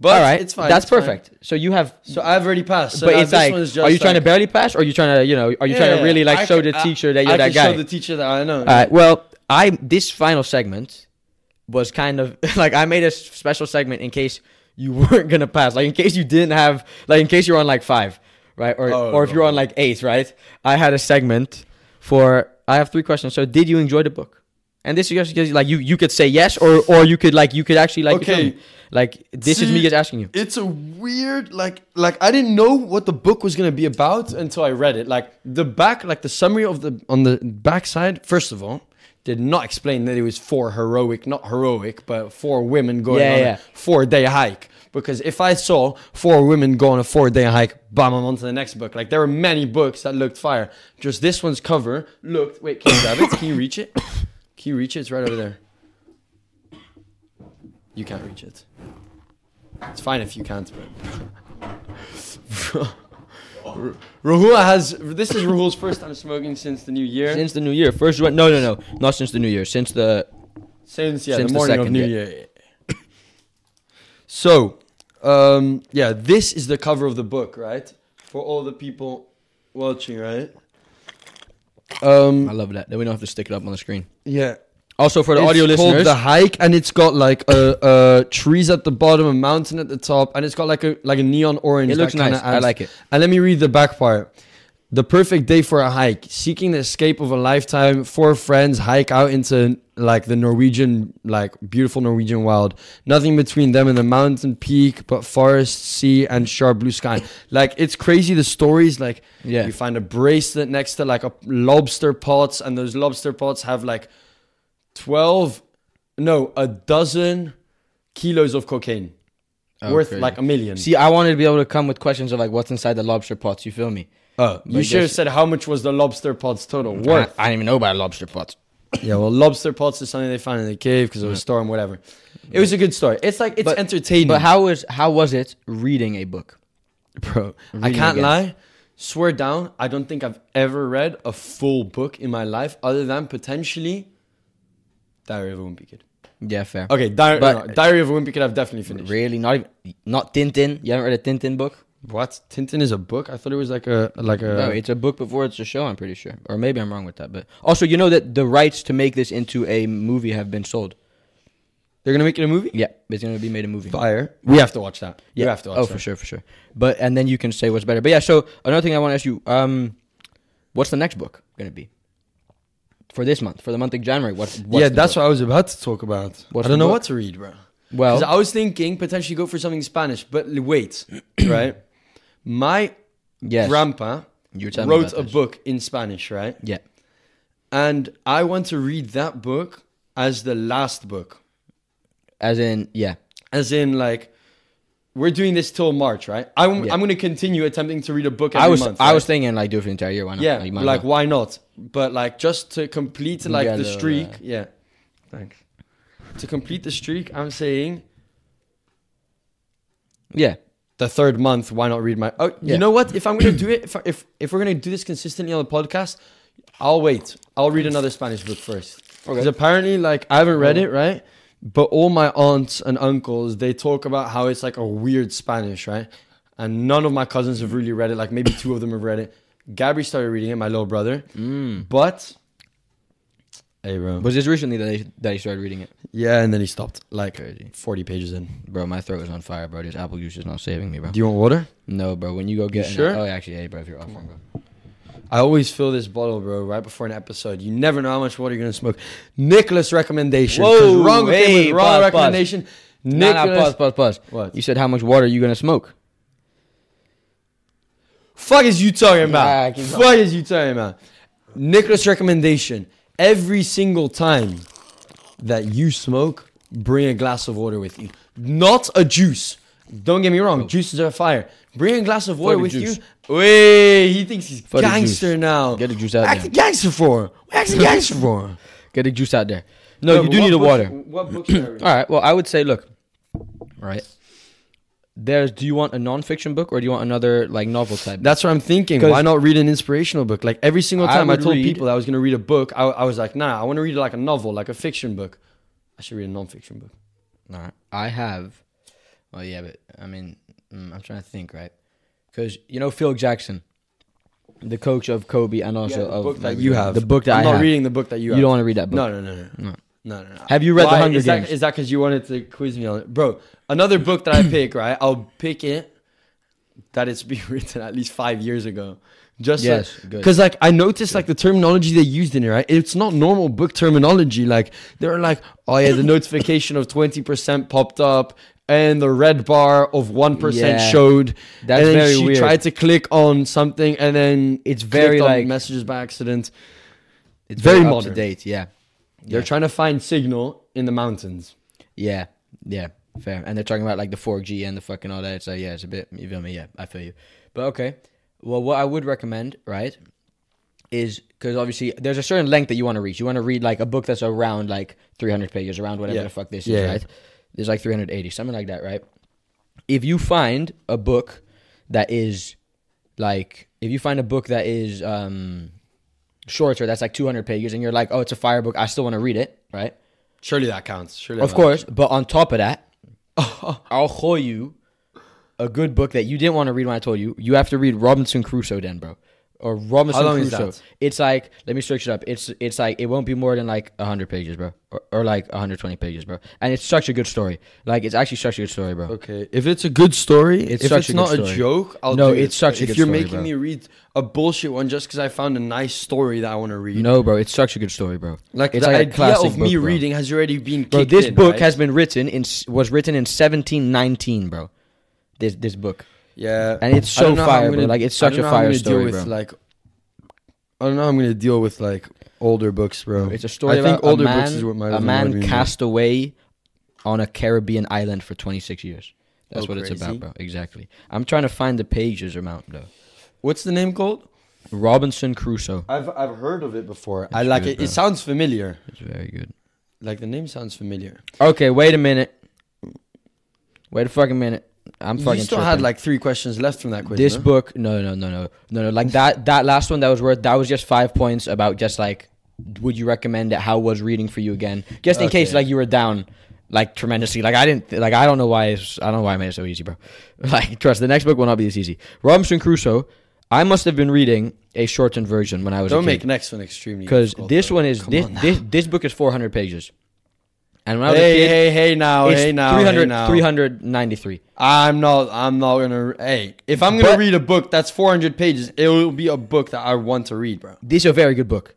but All right, it's fine. That's it's fine. perfect. So you have. So I've already passed. So but now it's this like, one is are you just trying to like- barely pass, or are you trying to, you know, are you trying to Yeah, really like I show can- the I- teacher that I you're can that guy? Show the teacher that I know. All right. Well, I this final segment was kind of like I made a s- special segment in case you weren't gonna pass, like in case you didn't have, like in case you're on like five, right, or Oh, or if you're on like eight, right. I had a segment for I have three questions. So, did you enjoy the book? And this is just because like you you could say yes, or or you could like you could actually like Okay. okay. like this is See, me just asking you. It's a weird like like I didn't know what the book was gonna be about until I read it. Like the back, like the summary of the on the back side, first of all, did not explain that it was for heroic, not heroic, but for women going Yeah, on yeah. a four day hike. Because if I saw four women go on a four day hike, bam, I'm on to the next book. Like there were many books that looked fire. Just this one's cover looked wait, can you grab it? Can you reach it? Can you reach it? It's right over there. You can't reach it. It's fine if you can't, but. Rahul has. This is Rahul's first time smoking since the new year. Since, Since the new year, first one, no, no, no, not since the new year, since the yeah, since the the morning second, of New yeah. Year. so, um, yeah, this is the cover of the book, right? For all the people watching, right? I Um, love that that we don't have to stick it up on the screen. yeah. Also for the It's audio called listeners, the hike, and it's got like uh, uh, trees at the bottom, a mountain at the top, and it's got like a like a neon orange. It that looks kinda nice. I adds- like it. And let me read the back part. The perfect day for a hike, seeking the escape of a lifetime. Four friends hike out into like the Norwegian, like beautiful Norwegian wild. Nothing between them and the mountain peak, but forest, sea, and sharp blue sky. Like it's crazy. The stories, like Yeah. you find a bracelet next to like a lobster pots, and those lobster pots have like 12 no a dozen kilos of cocaine Oh, worth crazy. like a million See, I wanted to be able to come with questions of like what's inside the lobster pots. You feel me? Uh, you but should have guess- said how much was the lobster pots total worth I, I didn't even know about lobster pots. yeah well lobster pots is something they found in the cave because of a storm whatever it was a good story it's like it's But- entertaining But how was how was it reading a book? bro i Reading can't again. lie swear down i don't think i've ever read a full book in my life other than potentially diary of a wimpy kid Yeah, fair. okay diary, But- no, diary of a wimpy kid i've definitely finished Really, not even not Tintin. You haven't read a Tintin book? what tintin is a book i thought it was like a like a no, it's a book before it's a show. I'm pretty sure, or maybe I'm wrong with that. But also, you know that the rights to make this into a movie have been sold. They're gonna make it a movie. Yeah, it's gonna be made a movie. Fire. We have to watch that. Yeah, You have to watch Oh, that. for sure, for sure. But and then you can say what's better. But yeah, so another thing I want to ask you, um, what's the next book gonna be for this month? For the month of January, what's, what's yeah, the that's book? what I was about to talk about. What's I don't the know book? what to read, bro. Well- 'Cause I was thinking potentially go for something Spanish, but l- wait, right? My yes. grandpa You were telling me wrote about a this. book in Spanish, right? Yeah. And I want to read that book as the last book, As in, yeah. as in like. We're doing this till March, right? I'm, Yeah. I'm going to continue attempting to read a book every I was month. I right? was thinking like do it for the entire year. Why not? Yeah, you like, might as well. why not? But like just to complete like Yeah, the the- the- streak. Yeah. Thanks. To complete the streak, I'm saying yeah. the third month. Why not read my? Oh, Yeah. you know what? If I'm gonna do it, if, I- if if we're gonna do this consistently on the podcast, I'll wait. I'll read another Spanish book first. Because Okay. apparently, like I haven't read it, right? But all my aunts and uncles they talk about how it's like a weird Spanish, right? And none of my cousins have really read it. Like maybe two of them have read it. Gabri started reading it, my little brother. Mm. But hey, bro. Was this recently that I that I started reading it? yeah, and then he stopped. Like Crazy. forty pages in. Bro, my throat is on fire, bro. This apple juice is not saving me, bro. Do you want water? No, bro. When you go get sure? oh, yeah, actually, hey, bro, if you're off, bro. I always fill this bottle, bro, right before an episode. You never know how much water you're gonna smoke. Nicholas recommendation. 'Cause Whoa, wrong came hey, with wrong pause, pause. recommendation. Nah, nah, Nicholas, pause, pause, pause. What? You said how much water are you gonna smoke? fuck is you talking Nah, about? keep fuck is you talking about? Nicholas recommendation. Every single time that you smoke, bring a glass of water with you, not a juice. Don't get me wrong, juices are fire. Bring a glass of water the with juice. you. Wait, he thinks he's For the gangster juice. now. Get the juice out Act gangster for. Act gangster for. Get the juice out there. No, you do need the water. What book should I read? All right. Well, I would say, look, right. there's do you want a nonfiction book or do you want another like novel type? book? That's what I'm thinking. 'Cause- Why not read an inspirational book? Like every single I time I, would told read- people that I was going to read a book, I, I was like, nah, I want to read like a novel, like a fiction book. I should read a nonfiction book. All right. I have. Well, yeah, but I mean, mm, I'm trying to think, right? Because you know Phil Jackson, the coach of Kobe, and also the of book that Michael you Jordan. have. the book that I'm i not have. reading the book that you, you have. don't want to read that book. No, no, no, no, no, no, no. no. Have you read The Why? Hunger is Games? That, is that because you wanted to quiz me on it, bro? Another book that I pick, right? I'll pick it that it's been written at least five years ago. Just Yes, good. because like I noticed like the terminology they used in it, right? It's not normal book terminology. Like they're like, oh yeah, the notification of twenty percent popped up. And the red bar of one percent Yeah. showed. That's and then very she weird. tried to click on something, and then It's clicked very, on like- messages by accident. It's Very very, up modern. to date. Yeah, They're Yeah. trying to find signal in the mountains. yeah, yeah. Fair. And they're talking about like the 4G and the fucking all that. So yeah, it's a bit. You feel me? Yeah, I feel you. But okay. Well, what I would recommend, right, is because obviously there's a certain length that you want to reach. You want to read like a book that's around like 300 pages, around whatever Yeah. the fuck this Yeah, is, yeah. right? There's like 380, something like that, right? If you find a book that is like, if you find a book that is um shorter, that's like 200 pages, and you're like, oh, it's a fire book, I still want to read it, right? Surely that counts. Surely, Of course, but on top of that, I'll show you a good book that you didn't want to read when I told you. You have to read Robinson Crusoe, then, bro, or Robinson How long is Crusoe. that? It's like let me search it up. It's it's like it won't be more than like hundred pages, bro, or, or like hundred twenty pages, bro. And it's such a good story. Like it's actually such a good story, bro. Okay, if it's a good story, It's if such it's a good not a story. joke, I'll No, do it's it. such a If good you're story, making bro. me read a bullshit one just because I found a nice story that I want to read, No, bro, it's such a good story, bro. like it's the a idea of classic me book, bro. reading has already been. Bro, kicked this in, book right? has been written in was written in 1719, bro. This this book. yeah, and it's I don't so know how I'm fire, bro. Like, it's such I don't know a how I'm fire gonna story, deal with, bro. Like, I don't know. how I'm gonna deal with like older books, bro. It's a story I think about older a man, books is what my a man cast away on a Caribbean island for 26 years. That's Oh, what it's crazy. about, bro. Exactly. I'm trying to find the pages amount though. What's the name called? Robinson Crusoe. I've I've heard of it before. I like good, it. bro. It sounds familiar. It's very good. Like the name sounds familiar. Okay, wait a minute. Wait a fucking minute. I'm fucking. you still tripping. had like three questions left from that quiz. this no? book. No, no, no, no, no, no. Like that. That last one that was worth. That was just five points about just like. Would you recommend it? How was reading for you again? Just in case, Okay. like you were down, like tremendously. Like I didn't. Like I don't know why. It's, I don't know why I made it so easy, bro. Like trust the next book will not be this easy. Robinson Crusoe. I must have been reading a shortened version when I was Don't a make kid next one extremely because difficult, this bro. one is Come this, on now. this this book is 400 pages, and when I was a Hey, kid, hey, hey now, it's hey now, 300 hey now. 393. I'm not, I'm not gonna. Hey, if I'm gonna But- read a book that's 400 pages, it will be a book that I want to read, bro. This is a very good book.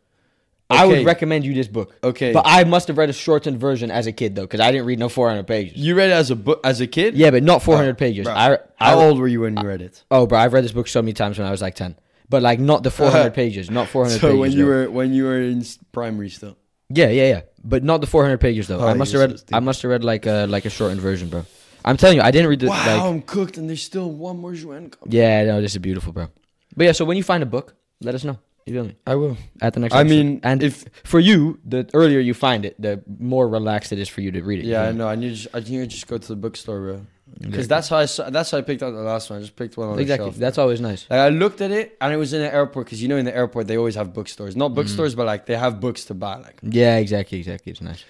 I Okay. would recommend you this book. Okay. But I must have read a shortened version as a kid though, because I didn't read no 400 pages. You read it as a book as a kid? Yeah, but not 400 Oh, pages. bro. I, I How old were you when you read it? Oh, bro, I've read this book so many times when I was like 10. But like not the 400 pages, not 400 So pages. when you though. were when you were in s- primary still. Yeah, yeah, yeah. But not the 400 pages though. I Oh, must have you're so read I must have read like a like a shortened version, bro. I'm telling you, I didn't read the Wow, like I'm cooked, and there's still one more Juan. Yeah, no, this is beautiful, bro. But yeah, so when you find a book, let us know. You feel me? I will. At the next I episode. mean, and if- if for you, the earlier you find it, the more relaxed it is for you to read it. you Yeah, feel I me? know. I need. To just, I need to just go to the bookstore, bro. Because that's how I. Saw, that's how I picked out the last one. I just picked one on Exactly. the shelf. That's always nice. Like I looked at it and it was in the airport because you know in the airport they always have bookstores, not bookstores, but like they have books to buy. Like Yeah, exactly, exactly. It's nice.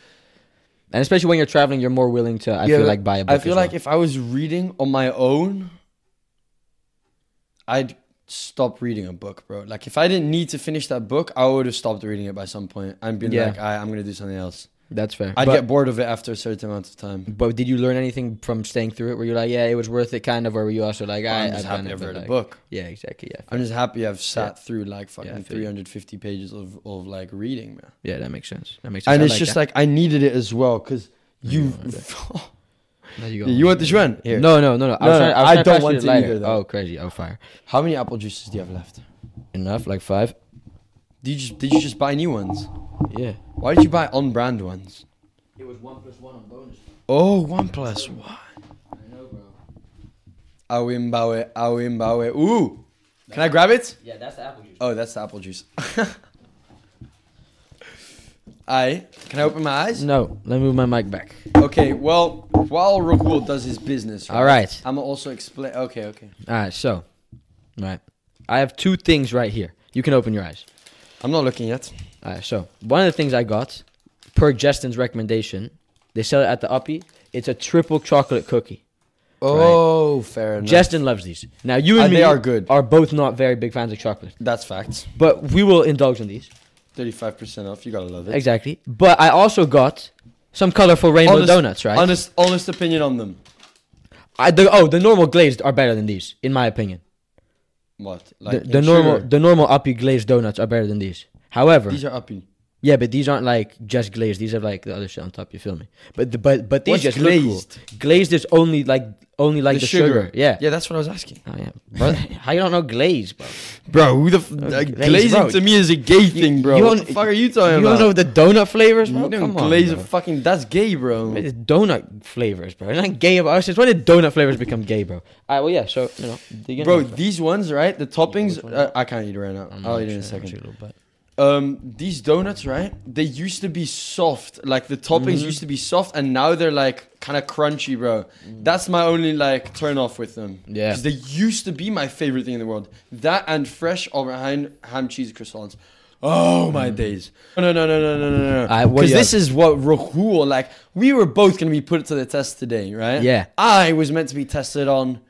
And especially when you're traveling, you're more willing to, I feel like, buy a book. I feel like if I was reading on my own, I'd stop reading a book, bro. Like if I didn't need to finish that book, I would have stopped reading it by some point. I'd be Yeah. like, I, I'm gonna do something else. That's fair. I'd but, get bored of it after a certain amount of time. but did you learn anything from staying through it? Were you like, yeah, it was worth it, kind of? Or were you also like, I, I'm just I've done happy it, I've but read a like- book. Yeah, exactly. Yeah, I'm just happy I've sat through like fucking feel you. 350 pages of, of like reading, man. yeah, that makes sense. That makes sense. And I it's like just that. like I needed it as well because you. No, you, you want this one? Here. No, no, no, no. I, was No, trying, no, I, was I trying don't pass you want the to lighter. either, though. Oh, crazy! Oh, fire! How many apple juices do you have left? Enough, like five. Did you just, did you just buy new ones? Yeah. Why did you buy on brand ones? It was one plus one on bonus. Oh, one plus one. I know, bro. Awimbawe, awimbawe. Ooh, can I grab it? Yeah, that's the apple juice. Oh, that's the apple juice. I can I open my eyes? No, let me move my mic back. Okay, well, while Rahul does his business, All right. I'm gonna also explain. Okay, okay. All right, so, all right. I have two things right here. You can open your eyes. I'm not looking yet. All right, so one of the things I got, per Justin's recommendation, they sell it at the Uppy. It's a triple chocolate cookie. Oh, fair enough. Justin loves these. Now you and And me Uh, they are good. Are both not very big fans of chocolate, that's facts. but we will indulge in these. Thirty-five percent off. You gotta love it. Exactly. But I also got some colorful rainbow Honest- donuts. Right? Honest, honest opinion on them. I, the, oh, the normal glazed are better than these, in my opinion. What? The, Like the in normal, sugar? the normal Uppy glazed donuts are better than these. However, These are uppy. yeah, but these aren't like just glazed. These are like the other shit on top. You feel me? But the, but but these What's just glazed? look cool. Glazed is only like only like the, sugar. Yeah. Yeah, that's what I was asking. Oh, yeah. Bro, how you don't know glaze, bro? Bro, who the f- Glaze, glazing bro. to me is a gay thing, bro. you what don't- the fuck are you talking you about? don't know the donut flavors, bro? You don't Come on, glaze bro. a fucking. That's gay, bro. It's donut flavors, bro. It's not gay about us. It's when did donut flavors become gay, bro? Alright, well, yeah. So you know, dig in Bro, a little bit. these ones, right? The toppings. one? Uh, I can't eat it right now. I'm I'll not eat it in a sure, second. actually, little bit. Um, these donuts, right? They used to be soft. Like the Mm-hmm. toppings used to be soft, and now they're like kind of crunchy, bro. That's my only like turn off with them. Mm. Yeah. 'Cause they used to be my favorite thing in the world. That and fresh Albertine ham cheese croissants. Oh my days! No, no, no, no, no, no, no, no. Alright, Mm. what do Because you this is what Rahul like. We were both gonna be put to the test today, right? Yeah. I was meant to be tested on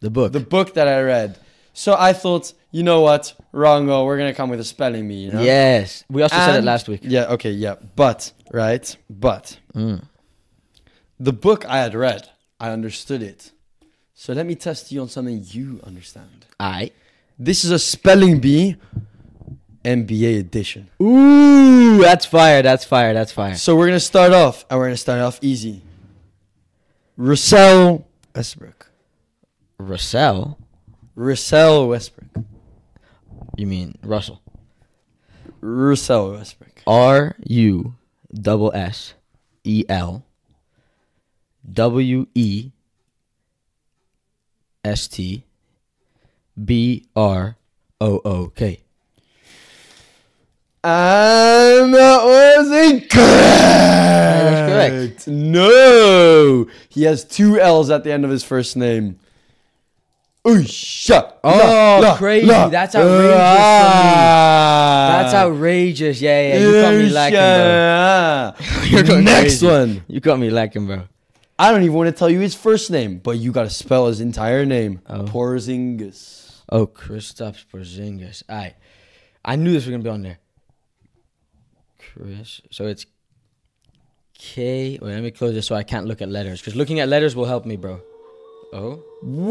The book. the book that I read. So I thought, you know what, Rango, we're gonna come with a spelling bee. You know? Yes, we also said it And- last week. Yeah, okay, yeah. But, right? But Mm. the book I had read, I understood it. So let me test you on something you understand. I. This is a spelling bee MBA edition. Ooh, that's fire. That's fire. That's fire. So we're gonna start off, and we're gonna start off easy. Russell Westbrook. Russell, Russell Westbrook. you mean Russell? Russell Westbrook. R U double S E L W E S T B R O O K. And that was incorrect. correct. No, he has two L's at the end of his first name. Oosha. Oh, crazy. That's outrageous for me. That's Uh, Ah. outrageous. Yeah, yeah. You got me lacking, bro. You're going Next crazy. one. You got me lacking, bro. I don't even want to tell you his first name, but you got to spell his entire name. Oh. Porzingis. Oh, Kristaps Porzingis. I, I knew this was gonna be on there. Chris, so it's K. Wait, let me close this so I can't look at letters because looking at letters will help me, bro. Oh, Whoa!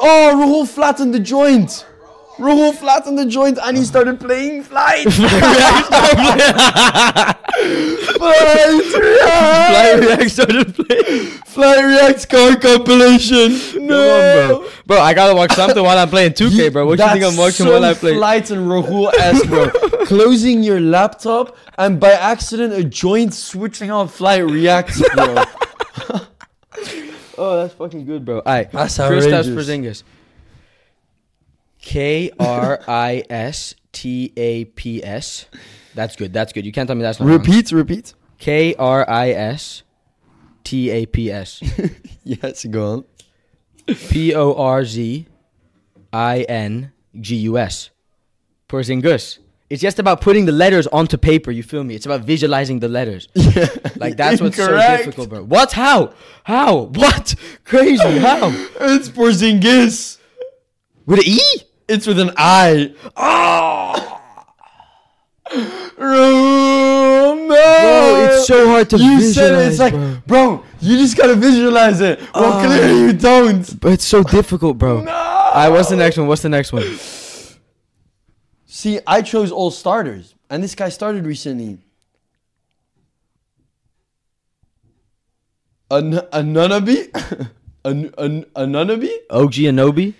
Oh, Rahul flattened the joint. Rahul flattened the joint, and he started playing flight. flight fly react. react so to play. Flight react car compilation. No, Come on, bro. Bro, I gotta watch something while I'm playing 2K, bro. What do you think I'm watching while I play? Flight and Rahul S, bro. Closing your laptop and by accident a joint switching on flight reacts, bro. Oh, that's fucking good, bro. All right. That's Kristaps outrageous. Porzingis. K R I S T A P S. That's good. That's good. You can't tell me that's not wrong. repeat, repeat. K R I S T A P S. Yes, go on. P O R Z I N G U S. Porzingus. It's just about putting the letters onto paper, you feel me? It's about visualizing the letters. Like that's what's so Incorrect. difficult, bro. What? How? How? What? Crazy. How? It's Porzingis. With an E? It's with an I. Oh! Room, Bro, it's so hard to you visualize. said it, it's like, bro. bro. you just gotta visualize it. Well, Ah. clearly you don't. But it's so difficult, bro. I what's the next one? What's the next one? See, I chose all starters, and this guy started recently. An Anunabi? an an Anunabi? OG Anobi?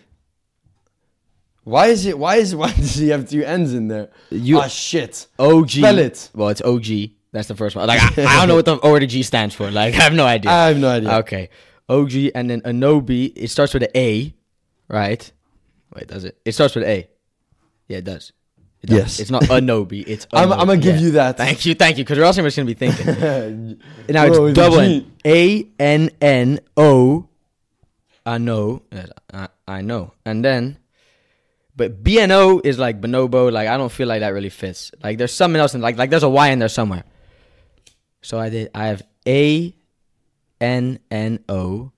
Why is it? Why is why does he have two N's in there? You- ah shit. OG. Spell it. Well, it's OG. That's the first one. Like I, I don't know what the O or the G stands for. Like I have no idea. I have no idea. Okay. OG and then Anobi. It starts with an A, right? Wait, does it? It starts with A. Yeah, it does. It doesn't. Yes. It's not Anobi. It's I'm, I'm gonna Anobi. give Yeah. you that. Thank you, thank you, because we're also just gonna be thinking. you. now it's double N. A N N O. I know. I, I know. And then, but B N O is like bonobo. Like I don't feel like that really fits. Like there's something else in like like there's a Y in there somewhere. So I did. I have A N N O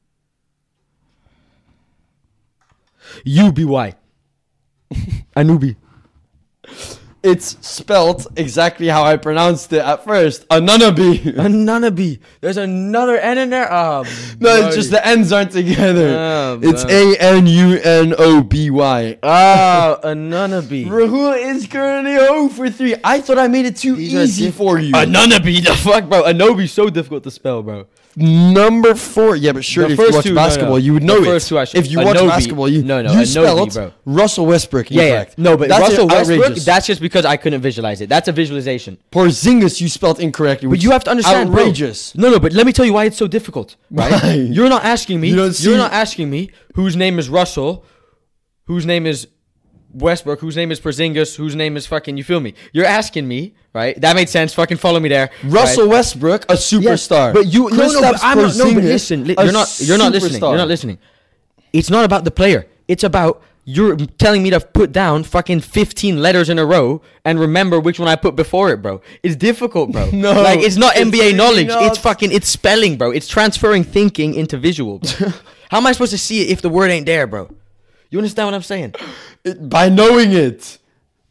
U B Y. Anubi. It's spelt exactly how I pronounced it at first. Ananabi. Another B. There's another N in there. Oh, no, it's just the ends aren't together. Oh, it's bro. A N U N O B Y. Ah, another B. Rahul is currently 0 for 3. I thought I made it too These are easy diff- for you. Ananabi, the fuck, bro. Anobi's so difficult to spell, bro. Number 4. Yeah, but surely The if you first watch two- no, no. basketball, you would The know it. first two I should- if you watch Anobi. basketball, you, No, no, you Anobi, spelled bro. Russell Westbrook Yeah, yeah. incorrect. no, but That's Russell Westbrook. outrageous. That's just because I couldn't visualize it. That's a visualization. Porzingis you spelled incorrectly. But which you is have to understand, bro. outrageous. No, no, but let me tell you why it's so difficult. Right? Why? You're not asking me. You You don't see- are not asking me whose name is Russell, whose name is Westbrook, whose name is Porzingis, whose name is fucking. You feel me? You're asking me, right? That made sense. Fucking follow me there. right? Russell Westbrook, a superstar. But you no, no, Kristaps but I'm not, no, but Porzingis, listen, li- a you're not you're not listening. superstar. You're not listening. It's not about the player. It's about you're telling me to put down fucking 15 letters in a row and remember which one I put before it, bro. It's difficult, bro. No, like it's not it's NBA really knowledge. not. It's fucking it's spelling, bro. It's transferring thinking into visual. Bro. How am I supposed to see it if the word ain't there, bro? You understand what I'm saying? It- by knowing it.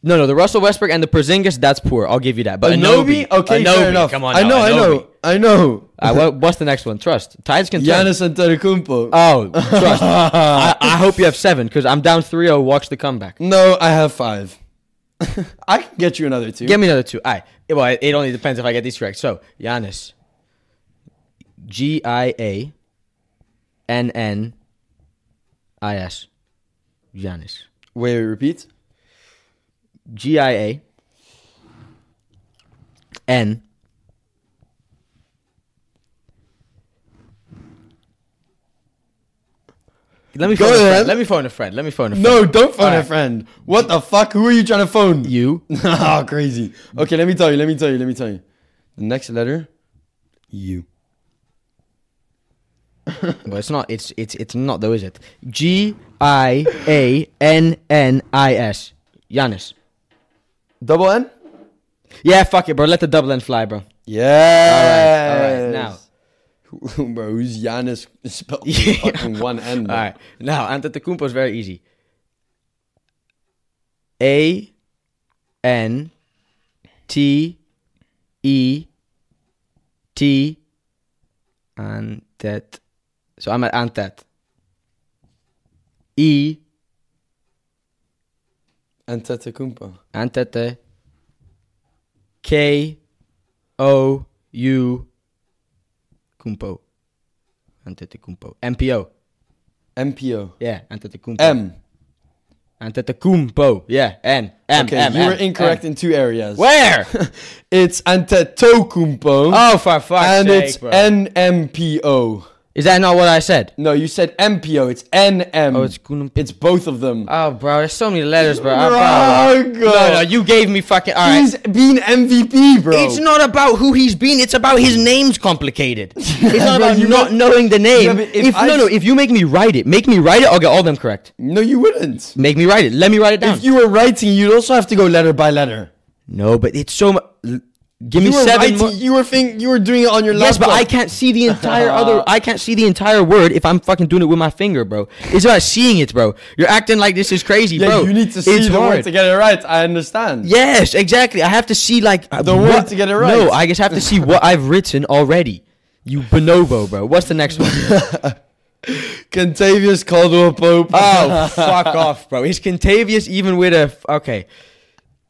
No, no, the Russell Westbrook and the Porzingis, that's poor. I'll give you that. But Anobi, okay, Anobi, fair enough. Come on, I know, now, I know, Anobi. I know. Uh, what- what's the next one? Trust. Tides can turn. Giannis Antetokounmpo. Oh, trust. I, I hope you have seven because I'm down 3 0. Watch the comeback. no, I have five. I can get you another two. Give me another two. I well, it- it only depends if I get these correct. So Giannis, G I A N N I S, Giannis, Wait, repeat. G I A N Let me Go phone a ahead. friend. Let me phone a friend. Let me phone a friend. No, don't phone a Alright. friend. What the fuck? Who are you trying to phone? you. Ah, crazy. Okay, let me tell you. Let me tell you. Let me tell you. The next letter, U. Well, it's not. It's it's it's not though, is it? G I A N N I S. Giannis. Double N. Yeah, fuck it, bro. Let the double end fly, bro. Yes. All right, all right, now. Who- Bro, who's Giannis spelled with Yeah. fucking one N? All right. Now, Antetokounmpo is very easy. A N T E T Antet. So I'm at Antet. E Antetokounmpo. Antete. K O U Kumpo. Antete Kumpo. MPO. MPO. Yeah, Antete Kumpo. M. Antete Kumpo. Yeah, N. M. Okay, M, you were M, incorrect M. in two areas. Where? It's Antetokounmpo. oh, for fuck's and sake, it's bro. NMPO. Is that not what I said? No, you said MPO. It's NM. Oh, it's Kumpo. It's both of them. Oh, bro, there's so many letters, bro. I'm proud. Bro, No, no, you gave me fucking. All right. He's been MVP, bro. It's not about who he's been. It's about his name's complicated. It's Yeah, not but about you not would- knowing the Yeah, name. but if if I- no, no, if you make me write it, make me write it. I'll get all them correct. No, you wouldn't. Make me write it. Let me write it down. If you were writing, you'd also have to go letter by letter. no, but it's so. Mu- give me You were seven. writing. More- You were think, You were doing it on your yes, laptop. but I can't see the entire other. I can't see the entire word if I'm fucking doing it with my finger, bro. It's about seeing it, bro. You're acting like this is crazy, Yeah, bro. you need to see it's the word hard. to get it right. I understand. Yes, exactly. I have to see like the word to get it right. No, I just have to see what I've written already. You bonobo, bro. What's the next one? Contavious Caldwell Pope. Oh, fuck off, bro. Is Contavious even with a. f- Okay.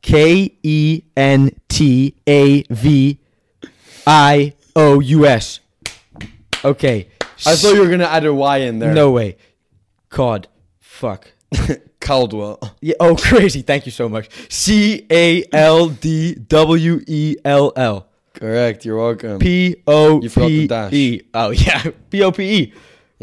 K E N T A V I O U S. Okay. I thought you were gonna add a Y in there. No way. Cod. Fuck. Caldwell. Yeah, oh, crazy. Thank you so much. C A L D W E L L. Correct. You're welcome. P O You forgot the P dash. E. Oh, yeah. P O P E.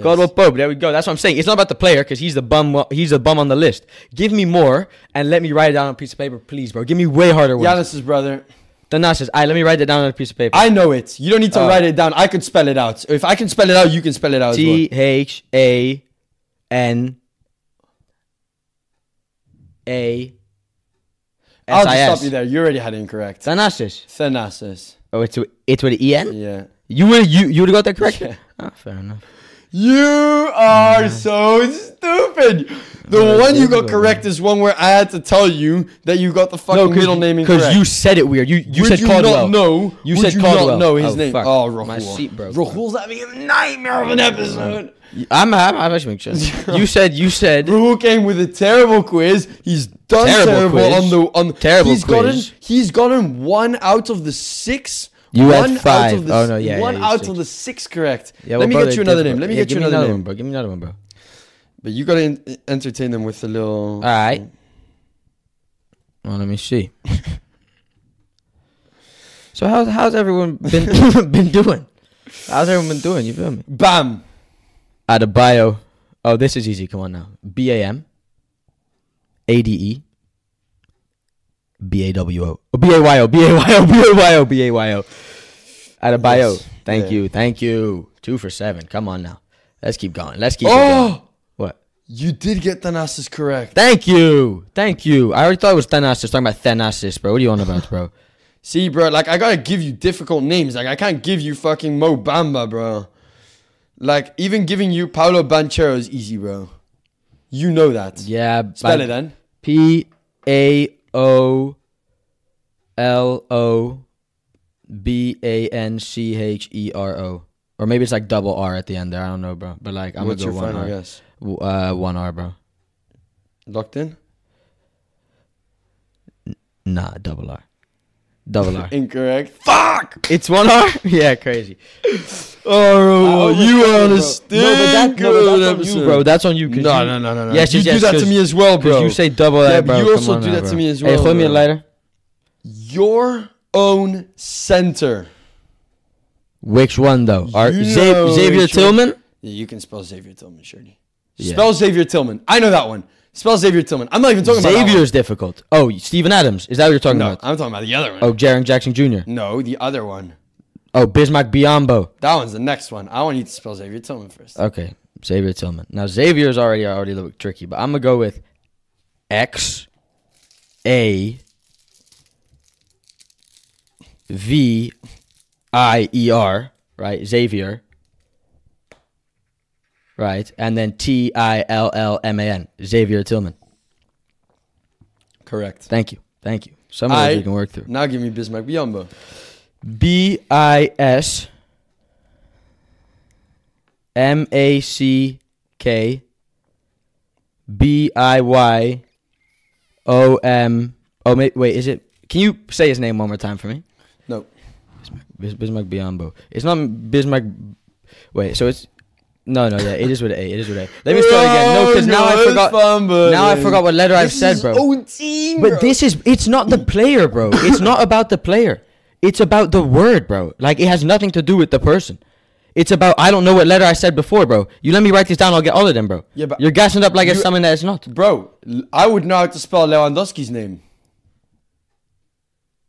Caldwell Pope. There we go. That's what I'm saying. It's not about the player because he's the bum. uh, He's the bum on the list. Give me more and let me write it down on a piece of paper, please, bro. Give me way harder ones. Yeah, Giannis's brother. Tanas says, "I let me write that down on a piece of paper." I know it. You don't need to Oh. write it down. I could spell it out. If I can spell it out, you can spell it out. as well. T H A N A I'll S just I stop you S. there. You already had it incorrect. Thanasis. Thanasis. Oh, it's with- it's with E N. Yeah. You would you you would have got that correct. Yeah. Ah, fair enough. You are so stupid. The Yeah, one you it's got difficult, correct is one where I had to tell you that you got the fucking middle name incorrect. because you said it weird. You you Would said you Caldwell. not know? You would said you Caldwell. not know his Oh, name? fuck. Oh, Rahul. My seat broke. Rahul's having a nightmare of an episode. I'm I'm I'm actually making sure. You said you said Rahul came with a terrible quiz. He's done Terrible terrible, quiz. on the on. Terrible he's quiz. Gotten, he's gotten one out of the six. You had one Out five. of the, Oh, s- no, yeah, one yeah, out six. of the six correct. Yeah, Let well, me bro, get you they're another name. different. Let me Yeah, get give you me another, name. one, bro. Give me another one, bro. But you gotta en- entertain them with a little. All right. Well, let me see. so how's how's everyone been been doing? How's everyone been doing? You feel me? Bam. Out of bio. Oh, this is easy. Come on now. B A M. A D E. B A W O. Oh, B A Y O. B A Y O. B A Y O. B A Y O. Out of bio. Yes. Thank Yeah. you. Thank you. Two for seven. Come on now. Let's keep going. Let's keep it going. Oh, What? you did get Thanasis correct. Thank you. Thank you. I already thought it was Thanasis. Talking about Thanasis, bro. What are you on about, bro? See, bro, like I gotta give you difficult names. Like I can't give you fucking Mo Bamba, bro. Like even giving you Paolo Banchero is easy, bro. You know that. yeah. Spell it then. P A O L O B A N C H E R O. Or maybe it's like double R at the end there. I don't know, bro. But like, I'm What's gonna your go one final R. guess? W- Uh, one R, bro. Locked in? Nah, double R. Double R. Incorrect. Fuck! it's one R. yeah, crazy. Oh, overthought you it, are bro. on a No, but that- stink no, but good that's on you, episode. bro. That's on you. 'cause No, you- no, no, no, no. Yes, you yes, do yes, that to 'cause- me as well, bro. Because you say double Yeah, R, but bro. you Come also on do now, that to bro. me as Hey, well, hold me a bro. lighter. your own center. Which one though? Are You Xav- know Xavier which one. Tillman? Yeah, you can spell Xavier Tillman, surely. Yeah. Spell Xavier Tillman. I know that one. Spell Xavier Tillman. I'm not even talking about Xavier's difficult. Oh, Steven Adams. Is that what you're talking that one. about? No, I'm talking about the other one. Oh, Jaron Jackson Jr. No, the other one. Oh, Bismarck Biombo. That one's the next one. I want you to spell Xavier Tillman first. Okay, Xavier Tillman. Now Xavier's already already a little bit tricky, but I'm gonna go with X A V I E R. Right, Xavier. Right, and then T I L L M A N. Xavier Tillman. Correct. Thank you, thank you. Some of I- those we can work through. Now give me Bismarck Biombo. B I S M A C K B I Y O M. Oh, ma- wait, is it? Can you say his name one more time for me? No. Bis- Bismarck Biombo. It's not Bismarck. Wait, so it's. No, no, yeah, it is with an A. It is with an A. Let me start again. No, because now I it's forgot. fumbling. now I forgot what letter I've This said, is bro. OT, bro. But this is it's not the player, bro. It's not about the player. It's about the word, bro. Like it has nothing to do with the person. It's about I don't know what letter I said before, bro. You let me write this down, I'll get all of them, bro. Yeah, but- you're gassing up like it's You- something that it's not. Bro, l- I would know how to spell Lewandowski's name.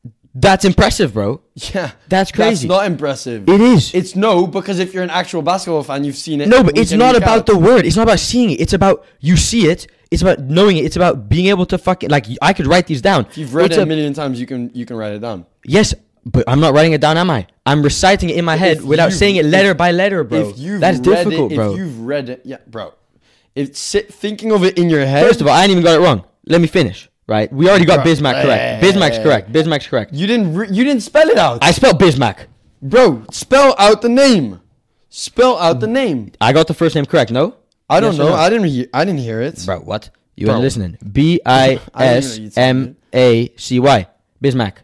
That's impressive, bro. Yeah. That's That's crazy. not impressive. It is. It's no, because if you're an actual basketball fan, you've seen it. no, but week it's in, not week about out. the word. It's not about seeing it. It's about you see it. It's about knowing it. It's about being able to fucking like I could write these down. You've read It's it a a- million times. You can you can write it down. Yes, but I'm not writing it down, am I? I'm reciting it in my head If without you- saying it letter if- by letter, bro. if you've That's read difficult, it, bro. If you've read it, yeah, bro. If sit, thinking of it in your head, First of all, I ain't even got it wrong. Let me finish. Right? We already got Bro. Bismack correct. Bismack's correct. Bismack's correct. you didn't re- you didn't spell it out, I spelled Bismack. bro. Spell out the name. Spell out the name. I got the first name correct. No, I don't Yes or know. no? I didn't. Re- I didn't hear it. bro. What? You weren't Bro. listening. B I S M A C Y. Bismack.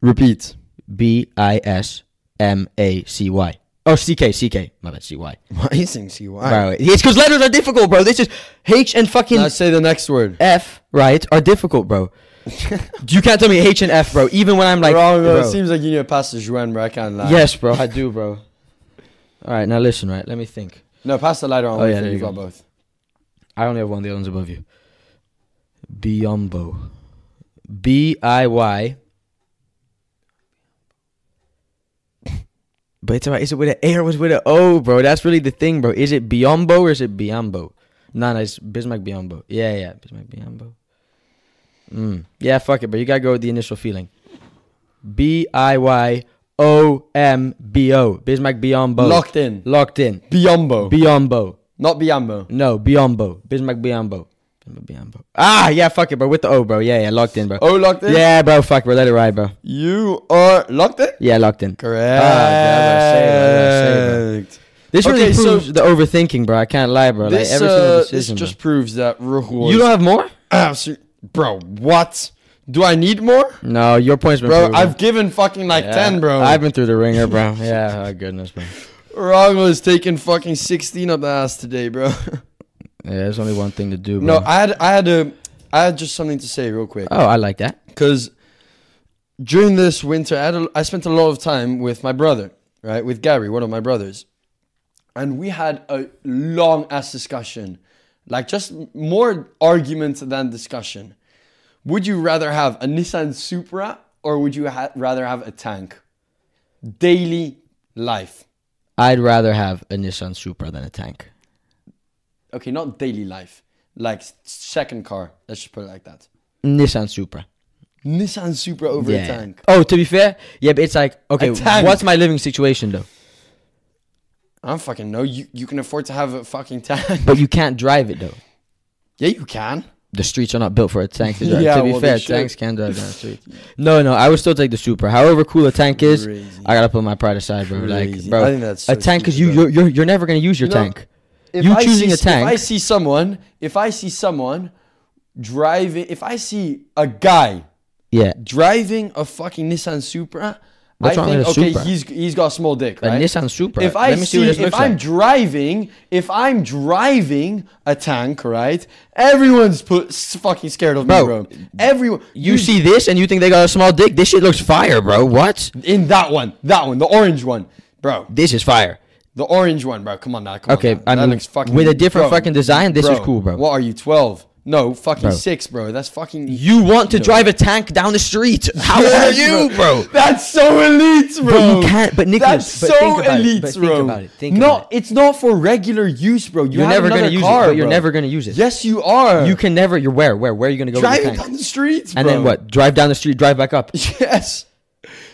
Repeat. B I S M A C Y. Oh, C K C K. My bad. C Y. Why are you saying CY? Bro, it's because letters are difficult, bro. This is H and fucking Now say the next word. F, right? Are difficult, bro. you can't tell me H and F, bro. Even when I'm like, Wrong, bro. bro. It seems like you need to pass the Juan, bro. I can't lie. Yes, bro, I do, bro. All right, now listen, right? Let me think. No, pass the lighter on. Oh, one yeah, for there you you got go. both. I only have one. The other one's above you. Biombo. B I Y. But it's alright. Is it with an A or was it with an O, bro? That's really the thing, bro. Is it Biombo or is it Biombo? Nah, nah, it's Bismarck Biombo. Yeah, yeah, Bismarck Biombo. Mm. Yeah, fuck it, bro. You gotta go with the initial feeling. B I Y O M B O. Bismarck Biombo. Locked in. Locked in. Biombo. Biombo. Not Biombo. No, Biombo. Bismarck Biombo. Bismarck Biombo. Ah, yeah, fuck it, bro. With the O, bro. Yeah, yeah, locked in, bro. Oh, locked in? Yeah, bro, fuck, bro. Let it ride, bro. You are locked in? Ah, Yeah, locked in. Correct. yeah, This Okay, really so- proves the overthinking, bro. I can't lie, bro. This, like, every uh, single this decision, just proves that Ruch bro. was You don't have more? absolute. Bro, what? Do I need more? No, your points, been Bro, proven. I've given fucking like Yeah. 10, bro. I've been through the ringer, bro. yeah, oh, goodness, bro. Rongo is taking fucking 16 up the ass today, bro. Yeah, there's only one thing to do, bro. no, I had I had a I had just something to say real quick oh, I like that. because during this winter, I, had a, I spent a lot of time with my brother, right, with Gary, one of my brothers, and we had a long ass discussion, like just more argument than discussion. Would you rather have a Nissan Supra or would you ha- rather have a tank? Daily life. I'd rather have a Nissan Supra than a tank. okay, not daily life, like s- second car. Let's just put it like that. Nissan Supra. Nissan Supra over a tank. Oh, to be fair, yeah, but it's like okay, A tank. what's my living situation though? I don't fucking know. You you can afford to have a fucking tank. But you can't drive it though. yeah, you can. The streets are not built for a tank to drive. Yeah, to be well, they fair, should. tanks can drive down the streets. No, no, I would still take the super. However cool a tank is, Crazy. I gotta put my pride aside, bro. Crazy. Like, bro, I think that's so a tank because you stupid, you're, you're you're never gonna use your You know, tank. You I choosing see, a tank. If I see someone, if I see someone driving, if I see a guy yeah, driving a fucking Nissan Supra, What's I wrong think with a okay, Supra? he's he's got a small dick, a right? Nissan Supra. if I Let me see, see what this if looks I'm like. driving, if I'm driving a tank, right? Everyone's put s- fucking scared of me, Bro, bro. Everyone, you see this and you think they got a small dick. This shit looks fire, bro. What? in that one, that one, the orange one, bro. This is fire. The orange one, bro. Come on now. Come Okay, on now. I that mean, looks fucking with a different fucking design, this is cool, bro. What are you, twelve? No, fucking Bro. six, bro. That's fucking. You want to drive a tank down the street? How Yes, are you, bro? That's so elite, bro. you can't- but Nicholas, that's but so think about it, elite, but think bro. about it, think no, about it's not for regular use, bro. You You're have never gonna another use it, car, but you're bro. never gonna use it. Yes, you are. You can never. You're where? Where? Where are you gonna go with the driving tank? down the streets, and bro. then what? Drive down the street, drive back up. Yes.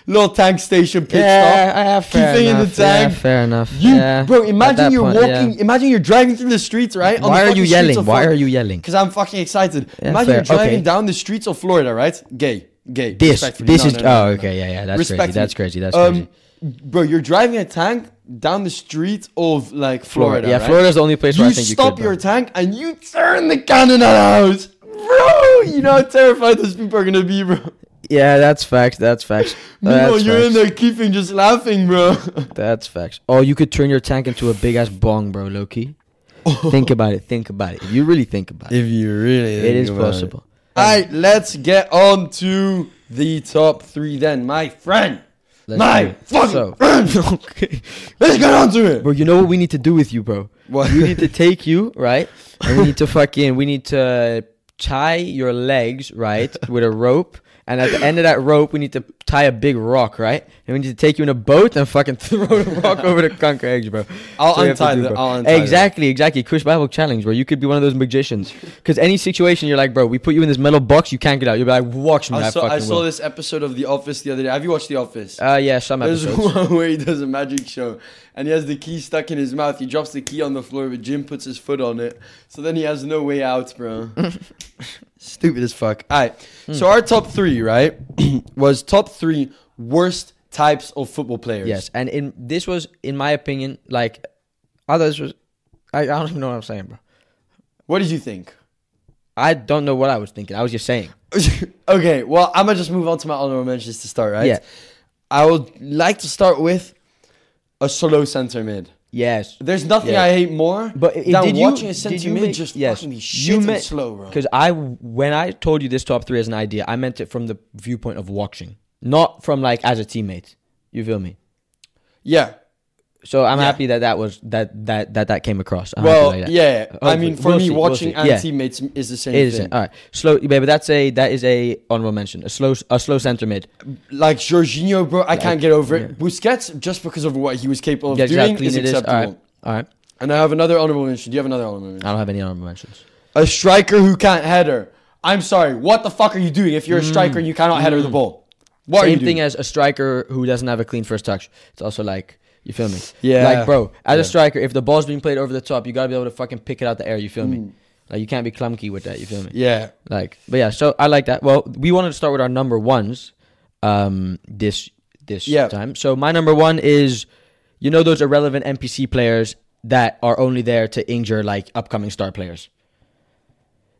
Little tank station pit stop. Keeping in the Yeah, tank. fair enough. You, yeah. bro, At imagine that you're point, walking. yeah. Imagine you're driving through the streets, right? Why are you yelling? Why are you yelling? Because I'm fucking excited. Yeah, imagine fair, you're driving okay. down the streets of Florida, right? Gay, gay. This, respectfully. this No, is. no, no, oh, no, no. okay, yeah, yeah. That's Respectfully. crazy. That's crazy. That's Um, crazy. Bro, you're driving a tank down the street of like Florida. Florida, yeah, right? Florida's the only place where You I think stop you could. uh, your bro. tank and you turn the cannon out, bro. You know how terrified those people are gonna be, bro. yeah, that's facts. That's facts. No, That's you're in facts. there keeping just laughing, bro. That's facts. Oh, you could turn your tank into a big ass bong, bro. Low key. think about it. Think about it. If you really think about it, If you really, it is possible. All right, let's get on to the top three then, my friend. Let's do my it. fucking So- friend. okay. Let's get on to it. Bro, you know what we need to do with you, bro? What? We need to take you, right? And we need to fucking, we need to tie your legs, right, with a rope. And at the end of that rope, we need to tie a big rock, right? And we need to take you in a boat and fucking throw the rock over the conker eggs, bro. I'll That's what we have to untie do, the- bro. I'll untie the- Exactly, exactly. Kush Bible challenge, bro. You could be one of those magicians. Because any situation, you're like, bro, we put you in this metal box, you can't get out. You'll be like, watch me, I, I saw, fucking I saw will. this episode of The Office the other day. Have you watched The Office? Uh, yeah, some There's episodes. one where he does a magic show and he has the key stuck in his mouth. He drops the key on the floor, but Jim puts his foot on it. So then he has no way out, bro. Stupid as fuck. All right. Hmm. So our top three, right, was top three worst types of football players. Yes, and in this was, in my opinion, like others was. I, I don't even know what I'm saying, bro. What did you think? I don't know what I was thinking. I was just saying. okay, well, I'm gonna just move on to my honorable mentions to start, right? Yeah. I would like to start with a slow center mid. Yes, There's nothing Yeah. I hate more but i- than did you, watching a did center you mid make- just yes, fucking be shit and slow, bro. Because I, when I told you this top three as an idea, I meant it from the viewpoint of watching, not from like as a teammate. You feel me? Yeah. So I'm Yeah. happy that that was that that that that came across. I'm happy well, like that. yeah. I Hopefully. mean, for We'll me, see, we'll watching see. Yeah. and teammates is the same It is thing. all right. Slow, yeah, but that's a that is a honorable mention. A slow a slow center mid. Like Jorginho, bro, I can't get over it. yeah. Busquets, just because of what he was capable of Yeah, doing, exactly. is It is. All acceptable. right. All right. And I have another honorable mention. Do you have another honorable mention? I don't have any honorable mentions. A striker who can't header. I'm sorry. What the fuck are you doing if you're a striker and you cannot header the ball? What are you Mm. Same doing? thing as a striker who doesn't have a clean first touch. It's also like you feel me? Yeah. Like bro, as Yeah. a striker, if the ball's being played over the top, you gotta be able to fucking pick it out the air. You feel me? Like you can't be clunky with that. You feel me? Mm. yeah. Like, but yeah. So I like that. Well, we wanted to start with our number ones. Um, this this Yeah. time. So my number one is, you know, those irrelevant NPC players that are only there to injure like upcoming star players.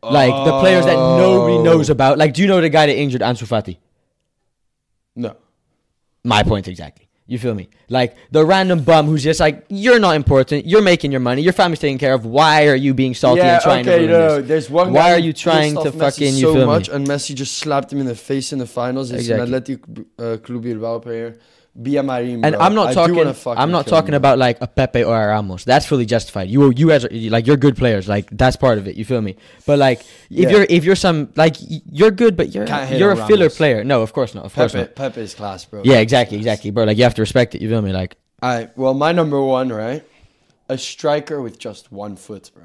Like the players that nobody Oh. knows about. Like, do you know the guy that injured Ansu Fati? No. My point exactly. You feel me? Like the random bum who's just like, you're not important. You're making your money. Your family's taken care of. Why are you being salty yeah, and trying okay, to ruin no. this? There's one. Why guy are who you trying pissed to off Messi fucking- you so feel much, me? and Messi just slapped him in the face in the finals. It's an Exactly. Athletic uh, Club Bilbao player, Bia Marin. And bro. I'm not I do talking. wanna fucking I'm not kill him, talking bro. about like a Pepe or a Ramos. That's fully justified. You you guys are like you're good players. Like that's part of it. You feel me? But like if Yeah. you're if you're some like y- you're good, but you're Can't hit you're a on filler Ramos. player. No, of course not. Of course Pepe. not. Pepe is class, bro. Yeah, exactly, exactly, bro. Like you have to respect it. You feel me? Like All right. Well, my number one, right? A striker with just one foot, bro.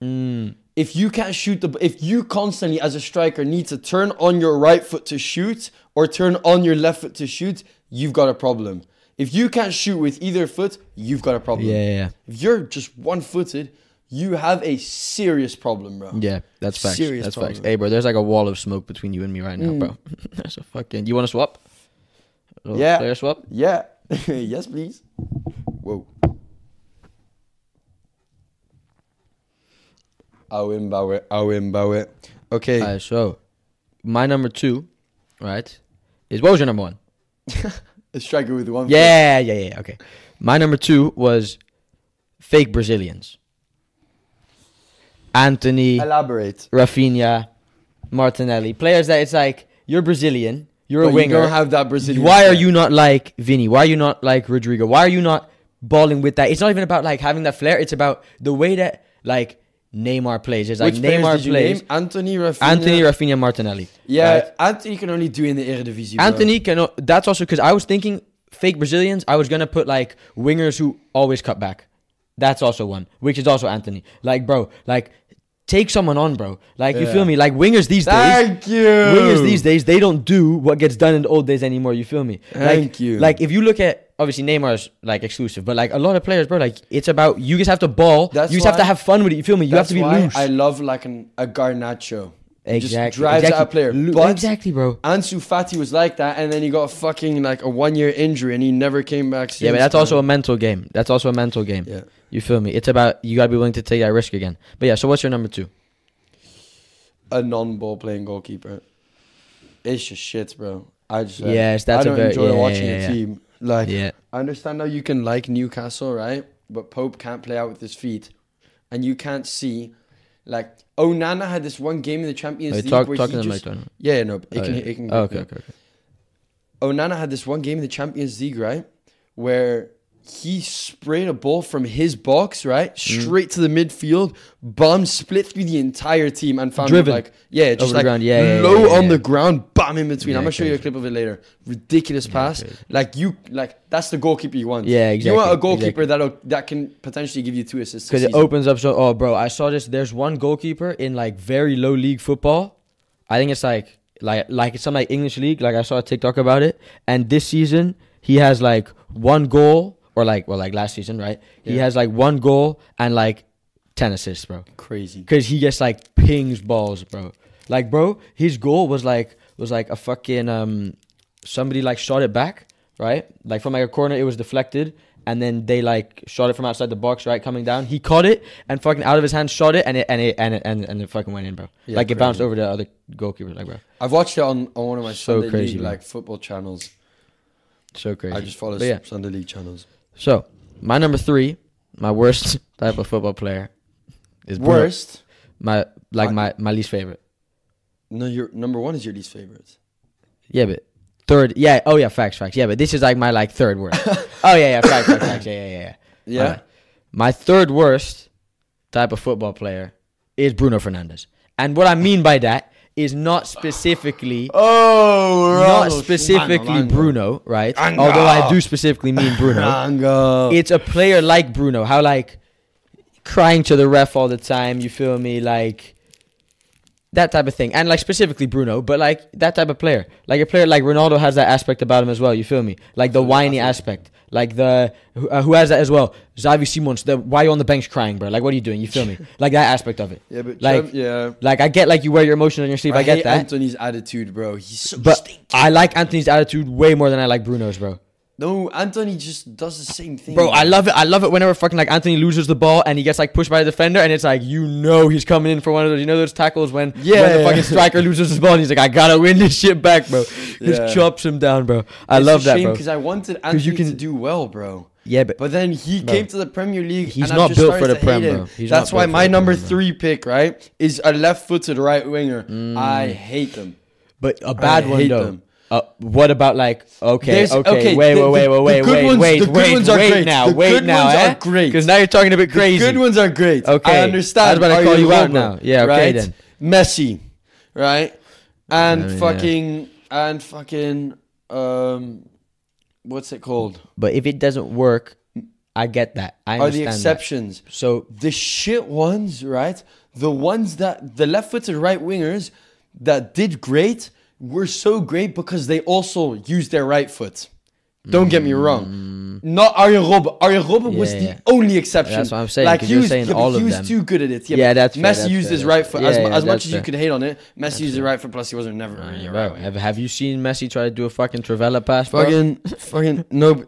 Hmm. If you can't shoot the, if you constantly as a striker need to turn on your right foot to shoot or turn on your left foot to shoot, you've got a problem. If you can't shoot with either foot, you've got a problem. Yeah, yeah, yeah. If you're just one-footed, you have a serious problem, bro. yeah, that's facts. Serious Mm. that's facts. problem. Hey, bro, there's like a wall of smoke between you and me right now, bro. that's a fucking. You want to swap? A little Yeah. Player swap. Yeah. yes, please. Whoa. Awimbawe, Awimbawe. Okay. Alright, so my number two, right, is what was your number one? a striker with one. foot. Yeah, yeah, yeah. Okay. My number two was fake Brazilians. Anthony, Elaborate. Rafinha, Martinelli. Players that it's like, you're Brazilian, you're But a you winger. don't have that Brazilian Why are flair. you not like Vinny? Why are you not like Rodrigo? Why are you not balling with that? It's not even about like having that flair. It's about the way that like Neymar plays. It's like Which players Neymar did you plays. name? Anthony Rafinha. Anthony, Rafinha, Martinelli. Yeah, right? Anthony can only do in the Eredivisie. bro. Anthony can. That's also because I was thinking fake Brazilians. I was gonna put like wingers who always cut back. That's also one, which is also Anthony. Like, bro, like take someone on, bro. Like, you Yeah. feel me? Like wingers these days. Thank you. Wingers these days, they don't do what gets done in the old days anymore. You feel me? Like, Thank you. Like if you look at obviously Neymar's like exclusive, but like a lot of players, bro, like it's about you just have to ball. That's you just have why- to have fun with it. You feel me? You have That's to be why loose. I love like an a Garnacho. He Just exactly. drives exactly. out a player. Lo- But exactly, bro. Ansu Fati was like that, and then he got a fucking like a one year injury, and he never came back. Since, Yeah, but that's bro. also a mental game. That's also a mental game. Yeah. You feel me? It's about you gotta be willing to take that risk again. But yeah, so what's your number two? a non ball playing goalkeeper. It's just shit, bro. I just uh, Yes, I that's a don't very- enjoy yeah, yeah, watching yeah, a yeah. team like. Yeah. I understand how you can like Newcastle, right? But Pope can't play out with his feet, and you can't see, like Onana had this one game in the Champions Wait, League talk where talk to he them like just that. yeah, no, it Oh, can yeah. it can Oh, okay, okay, okay. Onana had this one game in the Champions League, right? Where he sprayed a ball from his box, right? Mm. Straight to the midfield, bomb split through the entire team and found him, Driven. like yeah, just Over the like ground. Yeah, yeah, yeah, low yeah, on yeah. the ground, bomb in between. Yeah, I'm gonna show you a clip of it later. Ridiculous pass. Like you like that's the goalkeeper you want. Yeah, You want exactly, a goalkeeper exactly. that'll that can potentially give you two assists. Because Because it opens up so. Oh, bro, I saw this. There's one goalkeeper in like very low league football. I think it's like like like it's some like English league. Like I saw a TikTok about it. And this season he has like one goal or like well like last season right. He Yeah. has like one goal and like ten assists, bro. crazy. Cause he gets like pings balls, bro. Like, bro, his goal was like was like a fucking um somebody like shot it back, right? Like from like a corner, it was deflected, and then they like shot it from outside the box, right, coming down. He caught it and fucking out of his hand shot it and it and it and it and, and it fucking went in, bro. Yeah, like it bounced crazy. over the other goalkeeper, like bro. I've watched it on, on one of my So Sunday crazy, League, man. like football channels. So crazy. I just follow But yeah. Sunday League channels. So my number three, my worst type of football player is Bruno. Worst. My like I- my my least favorite. No, your number one is your least favorite. Yeah, but Third, yeah. Oh yeah, facts, facts. Yeah, but this is like my like third worst. oh yeah, yeah, facts, facts, facts. Yeah, yeah, yeah. yeah. Yeah. Alright. My third worst type of football player is Bruno Fernandes, and what I mean by that is not specifically. Oh, Not specifically Bruno, right? Although I do specifically mean Bruno. it's a player like Bruno, how like crying to the ref all the time, you feel me? Like that type of thing. And like specifically Bruno, but like that type of player. Like a player like Ronaldo has that aspect about him as well, you feel me? Like the whiny aspect. Like the who, uh, who has that as well? Xavi Simons, the why you on the bench crying, bro? Like what are you doing? You feel me? Like that aspect of it. yeah, but like- Trump- yeah. Like I get like you wear your emotions on your sleeve. I, hate get that. Anthony's attitude, bro. He's so but stinky. I like Anthony's attitude way more than I like Bruno's, bro. No, Anthony just does the same thing. Bro, I love it. I love it whenever fucking like Anthony loses the ball and he gets like pushed by a defender, and it's like you know he's coming in for one of those. You know those tackles when Yeah, when the yeah. fucking striker loses his ball and he's like, I gotta win this shit back, bro. Yeah. Just chops him down, bro. I love that, bro. Because I wanted Anthony you to can- do well, bro. Yeah, but But then he Bro. came to the Premier League. He's and I've not just built for started to the hate Prem, him. bro. He's That's not why built for my the number Prem, bro. three pick, right, is a left-footed right winger. Mm. I hate them. but a bad one hate though. them. Uh, what about like okay, There's- okay, okay, wait, the- wait, wait, the- the wait, good wait, ones- wait, the good wait, ones are wait great. now, The wait good now, ones eh? are great. Because now you're talking a bit crazy. The good ones are great. Okay. I understand. I was about to Are call you Robert? out now. Yeah, okay right? then. Messi, right? And I mean, yeah. fucking and fucking um, what's it called? But if it doesn't work, I get that. I Are the understand. that. exceptions? So the shit ones, right? The ones that the left-footed right wingers that did great were so great because they also used their right foot. Don't get me wrong. Not Arjen Robben. Arjen Robben was Mm. Yeah, yeah. the only exception. That's what I'm saying, 'cause he you're was, saying yeah, but all he of was them. too good at it. Yeah, Yeah, but that's fair, Messi that's used fair, his that's right foot. fair. as, Yeah, mu- yeah, as much that's as you fair. could hate on it, Messi used his right foot. Plus, he wasn't never really a right Bro, winger. have, have you seen Messi try to do a fucking Travella pass? bro? Fucking, fucking no.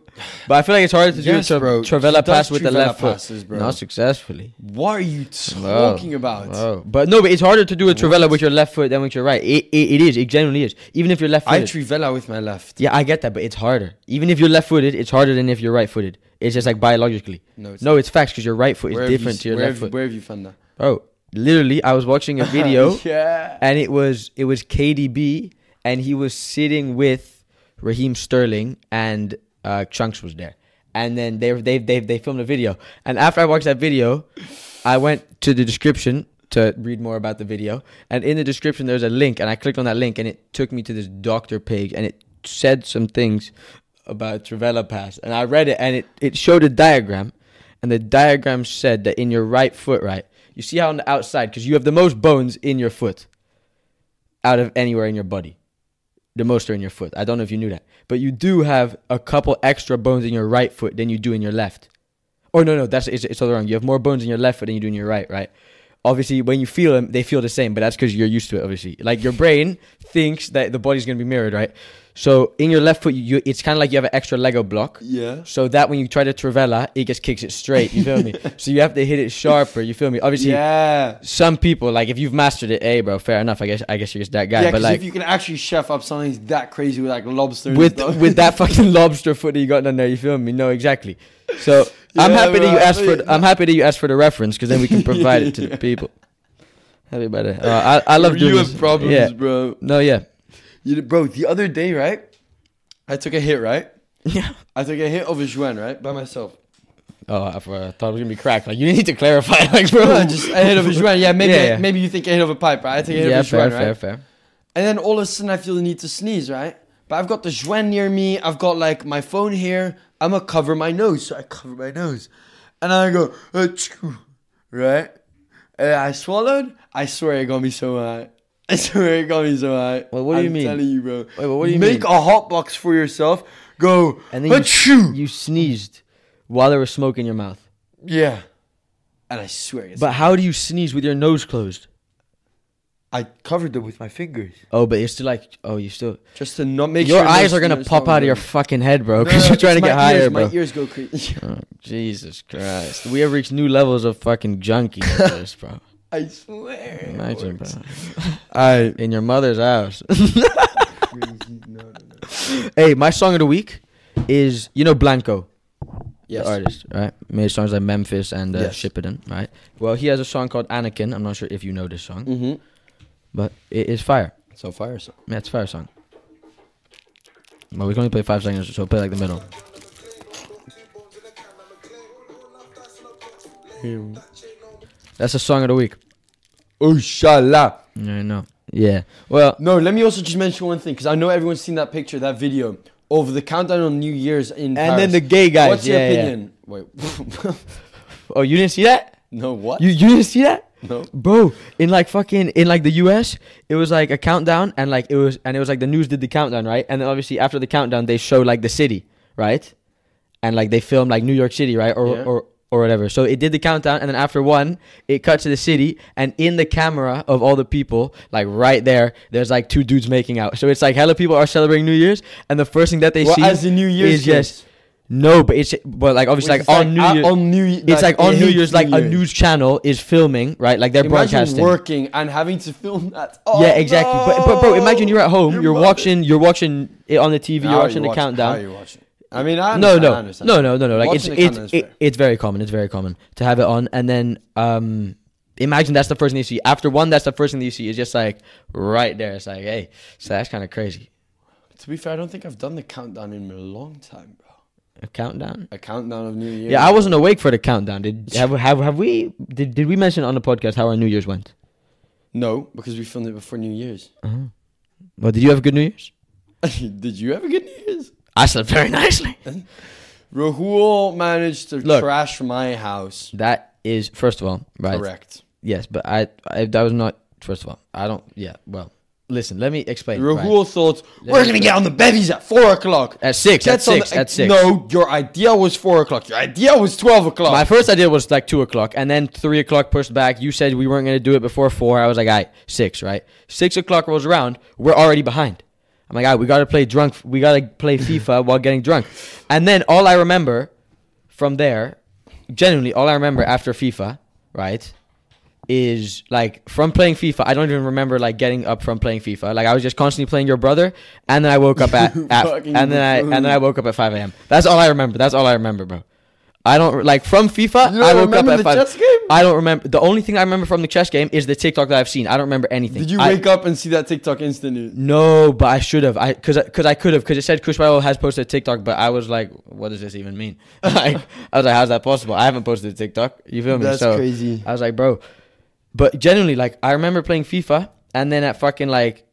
but I feel like it's harder to Yes, do a bro. tra- He Travella does pass with the Travella left passes, foot, bro. not successfully. What are you talking about? Bro. But no, but it's harder to do a Travella with your left foot than with your right. It, it, it is. It genuinely is. Even if you're left I footed. Trivella with my left. yeah, I get that, but it's harder. Even if you're left footed, it's harder than if you're right footed. It's just like biologically. No, it's No, it's facts because your right foot is have you different s- to your where left have- foot. Where have you found that? Bro, literally, I was watching a video. yeah. and it was it was KDB, and he was sitting with Raheem Sterling, and uh, Chunks was there, and then they they they they filmed a video, and after I watched that video, I went to the description to read more about the video, and in the description there's a link, and I clicked on that link, and it took me to this doctor page, and it said some things about Travella Pass, and I read it, and it it showed a diagram, and the diagram said that in your right foot, right. You see how on the outside, because you have the most bones in your foot out of anywhere in your body. The most are in your foot. I don't know if you knew that. But you do have a couple extra bones in your right foot than you do in your left. Or no, no, that's it's, it's all wrong. You have more bones in your left foot than you do in your right, right? Obviously, when you feel them, they feel the same, but that's because you're used to it, obviously. Like your brain thinks that the body's going to be mirrored, right? So in your left foot, you, it's kind of like you have an extra Lego block. Yeah. So that when you try to travella, it just kicks it straight. You feel me? so you have to hit it sharper. You feel me? Obviously, Yeah. some people like if you've mastered it, hey, bro, fair enough. I guess I guess you're just that guy. Yeah, but because like if you can actually chef up something that crazy with like lobster and with stuff. with that fucking lobster foot that you got down there. You feel me? No, exactly. So I'm Yeah, happy that you bro, I asked for. feel- I'm happy that you asked for the reference because then we can provide it to the people. Happy about it. Uh, I I love doing you this. have problems, Yeah. bro. No, yeah. You, bro, the other day, right? I took a hit, right? Yeah. I took a hit over Juan, right? By myself. Oh, I thought it was gonna be cracked. Like you need to clarify, like bro. No, I just a hit over Juan. Yeah, maybe Yeah, yeah. maybe you think a hit over pipe, right? I took a hit yeah, over fair, Juan, right? fair, fair. And then all of a sudden I feel the need to sneeze, right? But I've got the Juan near me, I've got like my phone here, I'm gonna cover my nose. So I cover my nose. And I go, "Achoo," right? And I swallowed, I swear it got me so high. I swear it got me so high. Well, what do I'm you mean? telling you, bro. Wait, what do you Make a hot box for yourself, go, And then you, "Achoo." you sneezed while there was smoke in your mouth. Yeah. And I swear it's But how do you sneeze with your nose closed? I covered them with my fingers. Oh, but you're still like, oh, you still. Just to not make your sure eyes no are gonna sneeze pop sound out of your goes. fucking head, bro, No, because no, you're trying to it's get my ears, higher, bro. My ears go crazy. Jesus Christ, we have reached new levels of fucking junkiness, bro. I swear. Imagine, bro, I in your mother's house. hey, my song of the week is you know Blanco, yes. the artist, right? Made songs like Memphis and uh, Yes. Shippuden, right? Well, he has a song called Anakin. I'm not sure if you know this song, Mm-hmm. but it is fire. So fire so. Yeah, it's a fire song. Well, we can only play five seconds, so play like the middle. That's the song of the week. Ooshala. Yeah, I know. Yeah. Well, No, let me also just mention one thing because I know everyone's seen that picture, that video of the countdown on New Year's in and Paris. then the gay guys. What's your yeah, yeah. opinion? Wait, Oh, you didn't see that? no, what? You you didn't see that? no. Bro, in like fucking in like the US, it was like a countdown and like it was and it was like the news did the countdown, right? And then obviously after the countdown they show like the city, right? And like they film like New York City, right? Or Yeah. or or whatever. So it did the countdown and then after one, it cuts to the city and in the camera of all the people, like right there, there's like two dudes making out. So it's like hella people are celebrating New Year's and the first thing that they Well, see as the New Year's is yes. No, but it's but like obviously Which like is on New uh, Year's on New Ye- it's like, it on New hates Year's, like a Year's. news channel is filming, right? Like they're Imagine broadcasting. working and having to film that. Oh, yeah, exactly. But, but bro, imagine you're at home, Your you're mother- watching, you're watching it on the TV, Now you're watching the watch- now countdown. you watch it. I mean, I understand, No, I no, no, understand. no, no, no. Like it's Watching the it's countdown is it, fair. it's very common. It's very common to have it on, and then um, imagine that's the first thing you see. After one, that's the first thing you see. It's just like right there. It's like, hey, so that's kind of crazy. To be fair, I don't think I've done the countdown in a long time, bro. A countdown. A countdown of New Year's. Yeah, I wasn't awake for the countdown. Did have have, have we did, did we mention on the podcast how our New Year's went? No, because we filmed it before New Year's. Well, did you have a good New Year's? Did you have a good New Year's? I slept very nicely. Rahul managed to Look. trash my house. That is first of all right. Correct. Yes, but I, I that was not first of all. I don't. Yeah. Well, listen. Let me explain. Rahul right. thought we're gonna get on the bevies at four o'clock. at six. At Gets on six. the- at six. No, your idea was four o'clock. Your idea was twelve o'clock. My first idea was like two o'clock, and then three o'clock pushed back. You said we weren't going to do it before four. I was like, all right, six, right? Six o'clock rolls around. We're already behind. I'm like, all right, we got to play drunk. We got to play FIFA while getting drunk. And then all I remember from there, genuinely, all I remember after FIFA, right, is like from playing FIFA. I don't even remember like getting up from playing FIFA. Like I was just constantly playing your brother, and then I woke up at, at Fucking and then I and then I woke up at five a.m. That's all I remember. That's all I remember, bro. I don't like from FIFA. You don't I woke up remember at the five. chess game? I don't remember. The only thing I remember from the chess game is the TikTok that I've seen. I don't remember anything. Did you I- wake up and see that TikTok instantly? No, but I should have. I because because I could have because it said Kushwayo has posted a TikTok, but I was like, what does this even mean? like I was like, how's that possible? I haven't posted a TikTok. You feel me? That's So, crazy. I was like, bro. But genuinely, like I remember playing FIFA, and then at fucking like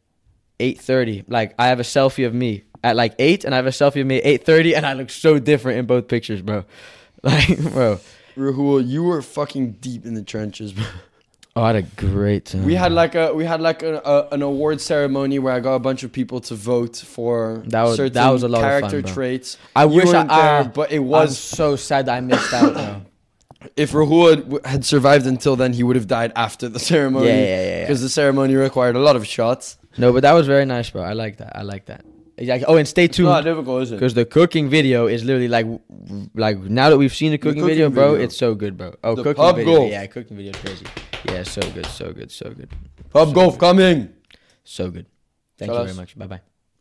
eight thirty, like I have a selfie of me at like eight, and I have a selfie of me at eight thirty, and I look so different in both pictures, bro. Like, bro. Rahul, you were fucking deep in the trenches, bro. Oh, I had a great time. We had like a we had like a, a, an award ceremony where I got a bunch of people to vote for That was- certain that was a lot of fun, character bro. traits. I You wish I weren't ah, there, but it I'm was so sad that I missed out. Bro. if Rahul had, w- had survived until then, he would have died after the ceremony. Yeah, yeah, yeah, yeah. Because the ceremony required a lot of shots. No, but that was very nice, bro. I like that. I like that. Exactly. Oh, and stay Not tuned difficult, is it? because the cooking video is literally like, w- w- like now that we've seen the cooking, cooking video, bro, video. it's so good, bro. Oh, The cooking pub video. golf. Yeah, cooking video is crazy. Yeah, so good, so good, so good, Pub golf coming. so good. Thank Tell you us. very much. Bye bye.